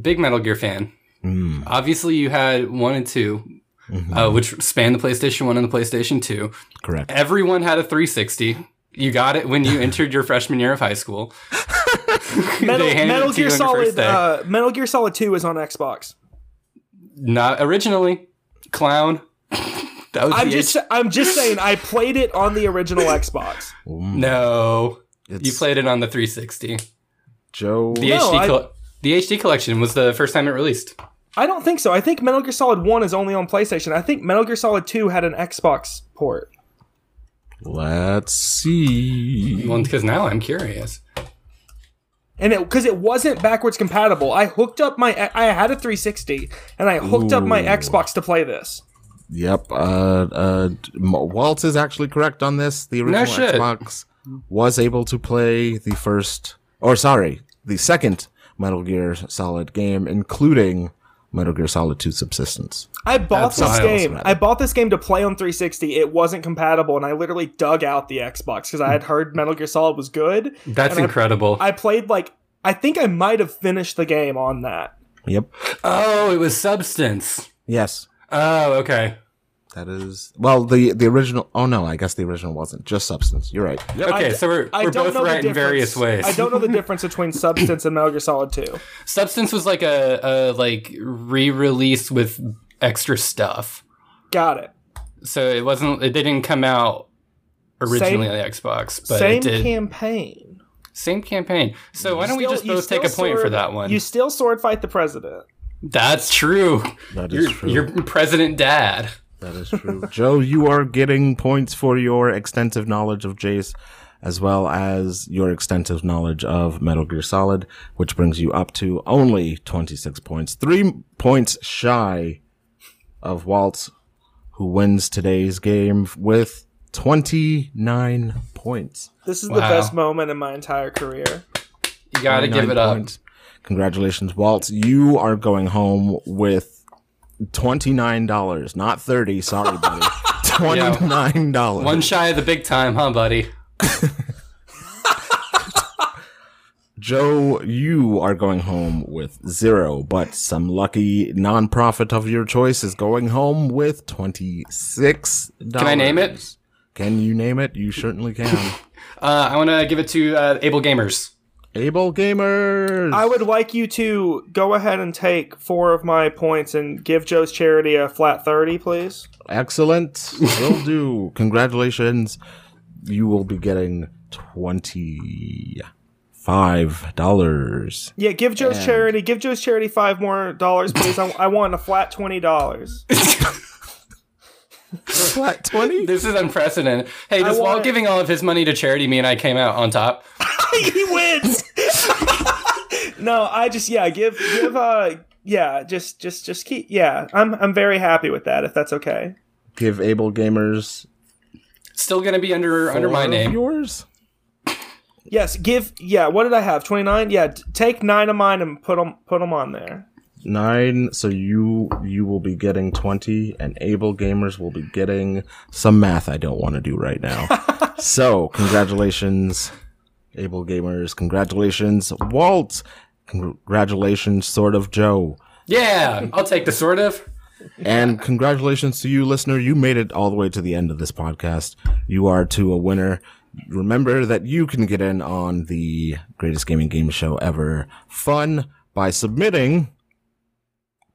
big Metal Gear fan. Hmm. Mm. Obviously, you had one and 2 Mm-hmm. uh, which spanned the PlayStation One and the PlayStation Two. Correct. Everyone had a 360. You got it when [LAUGHS] you entered your freshman year of high school. [LAUGHS] They Metal, handed Metal it to you on your Gear first Solid day. uh, Metal Gear Solid 2 is on Xbox. Not originally. Clown. [LAUGHS] that was I'm the just I'm just saying I played it on [LAUGHS] the original Xbox. Mm. No. It's You played it on the 360. Joe. The No, HD I- col- the HD collection was the first time it released. I don't think so. I think Metal Gear Solid 1 is only on PlayStation. I think Metal Gear Solid 2 had an Xbox port. Let's see. Well, because now I'm curious. And it because it wasn't backwards compatible. I hooked up my I had a 360 and I hooked up my Ooh. Xbox to play this. Yep. Uh, uh, M- Walt is actually correct on this. The original shit. Xbox was able to play the first, or sorry, the second Metal Gear Solid game, including Metal Gear Solid 2 Subsistence. I That's bought this wild. game. Rather. I bought this game to play on 360. It wasn't compatible, and I literally dug out the Xbox because I had heard Metal Gear Solid was good. That's And I- incredible. I played like I think I might have finished the game on that. Yep. oh, it was Substance. Yes. Oh, okay. That is well the the original. Oh no, I guess the original wasn't just substance. You're right. Okay, I- so we're, I we're don't both know the right in difference. various ways. I don't know the [LAUGHS] difference between Substance and Metal Gear Solid 2. Substance was like a, a like re-release with extra stuff. Got it. So it wasn't it didn't come out originally Same- on the Xbox, [LAUGHS] but Same it did. campaign. same campaign. So why don't we Still- just you both take a still point for sword- that one? You still sword fight the president. That's true. That is You're, true. you're president dad. That is true. [LAUGHS] Joe, you are getting points for your extensive knowledge of Jace, as well as your extensive knowledge of Metal Gear Solid, which brings you up to only 26 points, three points shy of Walt, who wins today's game with 29 points. This is the Wow. best moment in my entire career. You gotta give 29 it up. points. Congratulations, Walt. You are going home with $29, not 30. Sorry, [LAUGHS] buddy. $29. One shy of the big time, huh, buddy? Joe, you are going home with zero, but some lucky nonprofit of your choice is going home with twenty-six. Can I name it? Can you name it? You certainly [LAUGHS] can. Uh, I want to give it to uh, Able Gamers. Able gamers. I would like you to go ahead and take four of my points and give Joe's charity a flat 30, please. Excellent. Will do. Congratulations. You will be getting twenty-five dollars. Yeah, give Joe's charity. Give Joe's charity five more dollars, please. [LAUGHS] I, I want a flat twenty dollars. Flat twenty. This is unprecedented. Hey, does Walt want- giving all of his money to charity mean I came out on top? [LAUGHS] he wins. [LAUGHS] no, I just yeah, give give uh yeah, just just just keep yeah. I'm I'm very happy with that. If that's okay. Give Able gamers Still gonna be under under my four of name. Yours. Yes, give yeah. What did I have? Twenty nine. Yeah, t- take nine of mine and put them put them on there. nine so you you will be getting 20 and able gamers will be getting some math i don't want to do right [LAUGHS] now so congratulations able gamers congratulations walt congratulations sort of joe Yeah, I'll take the sort of. and congratulations to you listener you made it all the way to the end of this podcast you are to a winner remember that you can get in on the greatest gaming game show ever fun by submitting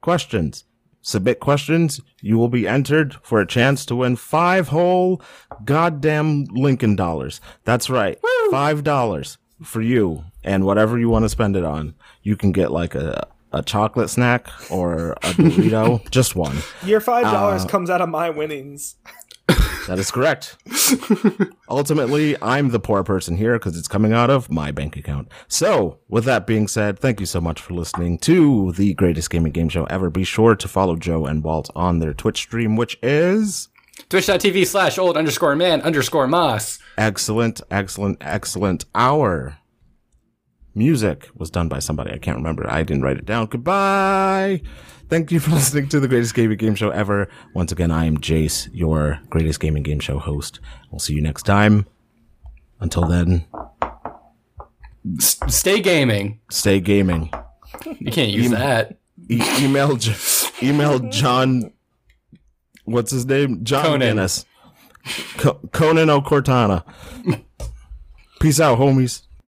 questions. Submit questions. You will be entered for a chance to win five whole goddamn Lincoln dollars. That's right. Five dollars for you and whatever you want to spend it on. You can get like a, a chocolate snack or a burrito. Just one. Your five dollars comes out of my winnings. That is correct. [LAUGHS] Ultimately, I'm the poor person here because it's coming out of my bank account. So, with that being said, thank you so much for listening to the greatest gaming game show ever. Be sure to follow Joe and Walt on their Twitch stream, which is Twitch.tv slash old underscore man underscore moss. excellent, excellent, excellent. Our music was done by somebody. I can't remember. I didn't write it down. Goodbye. Thank you for [LAUGHS] listening to the greatest gaming game show ever. Once again, I am Jace, your greatest gaming game show host. We'll see you next time. Until then, S- stay gaming. stay gaming. You can't use that. E- email J- email John. What's his name? John Conan. Guinness. Co- Conan O'Cortana. Peace out, homies.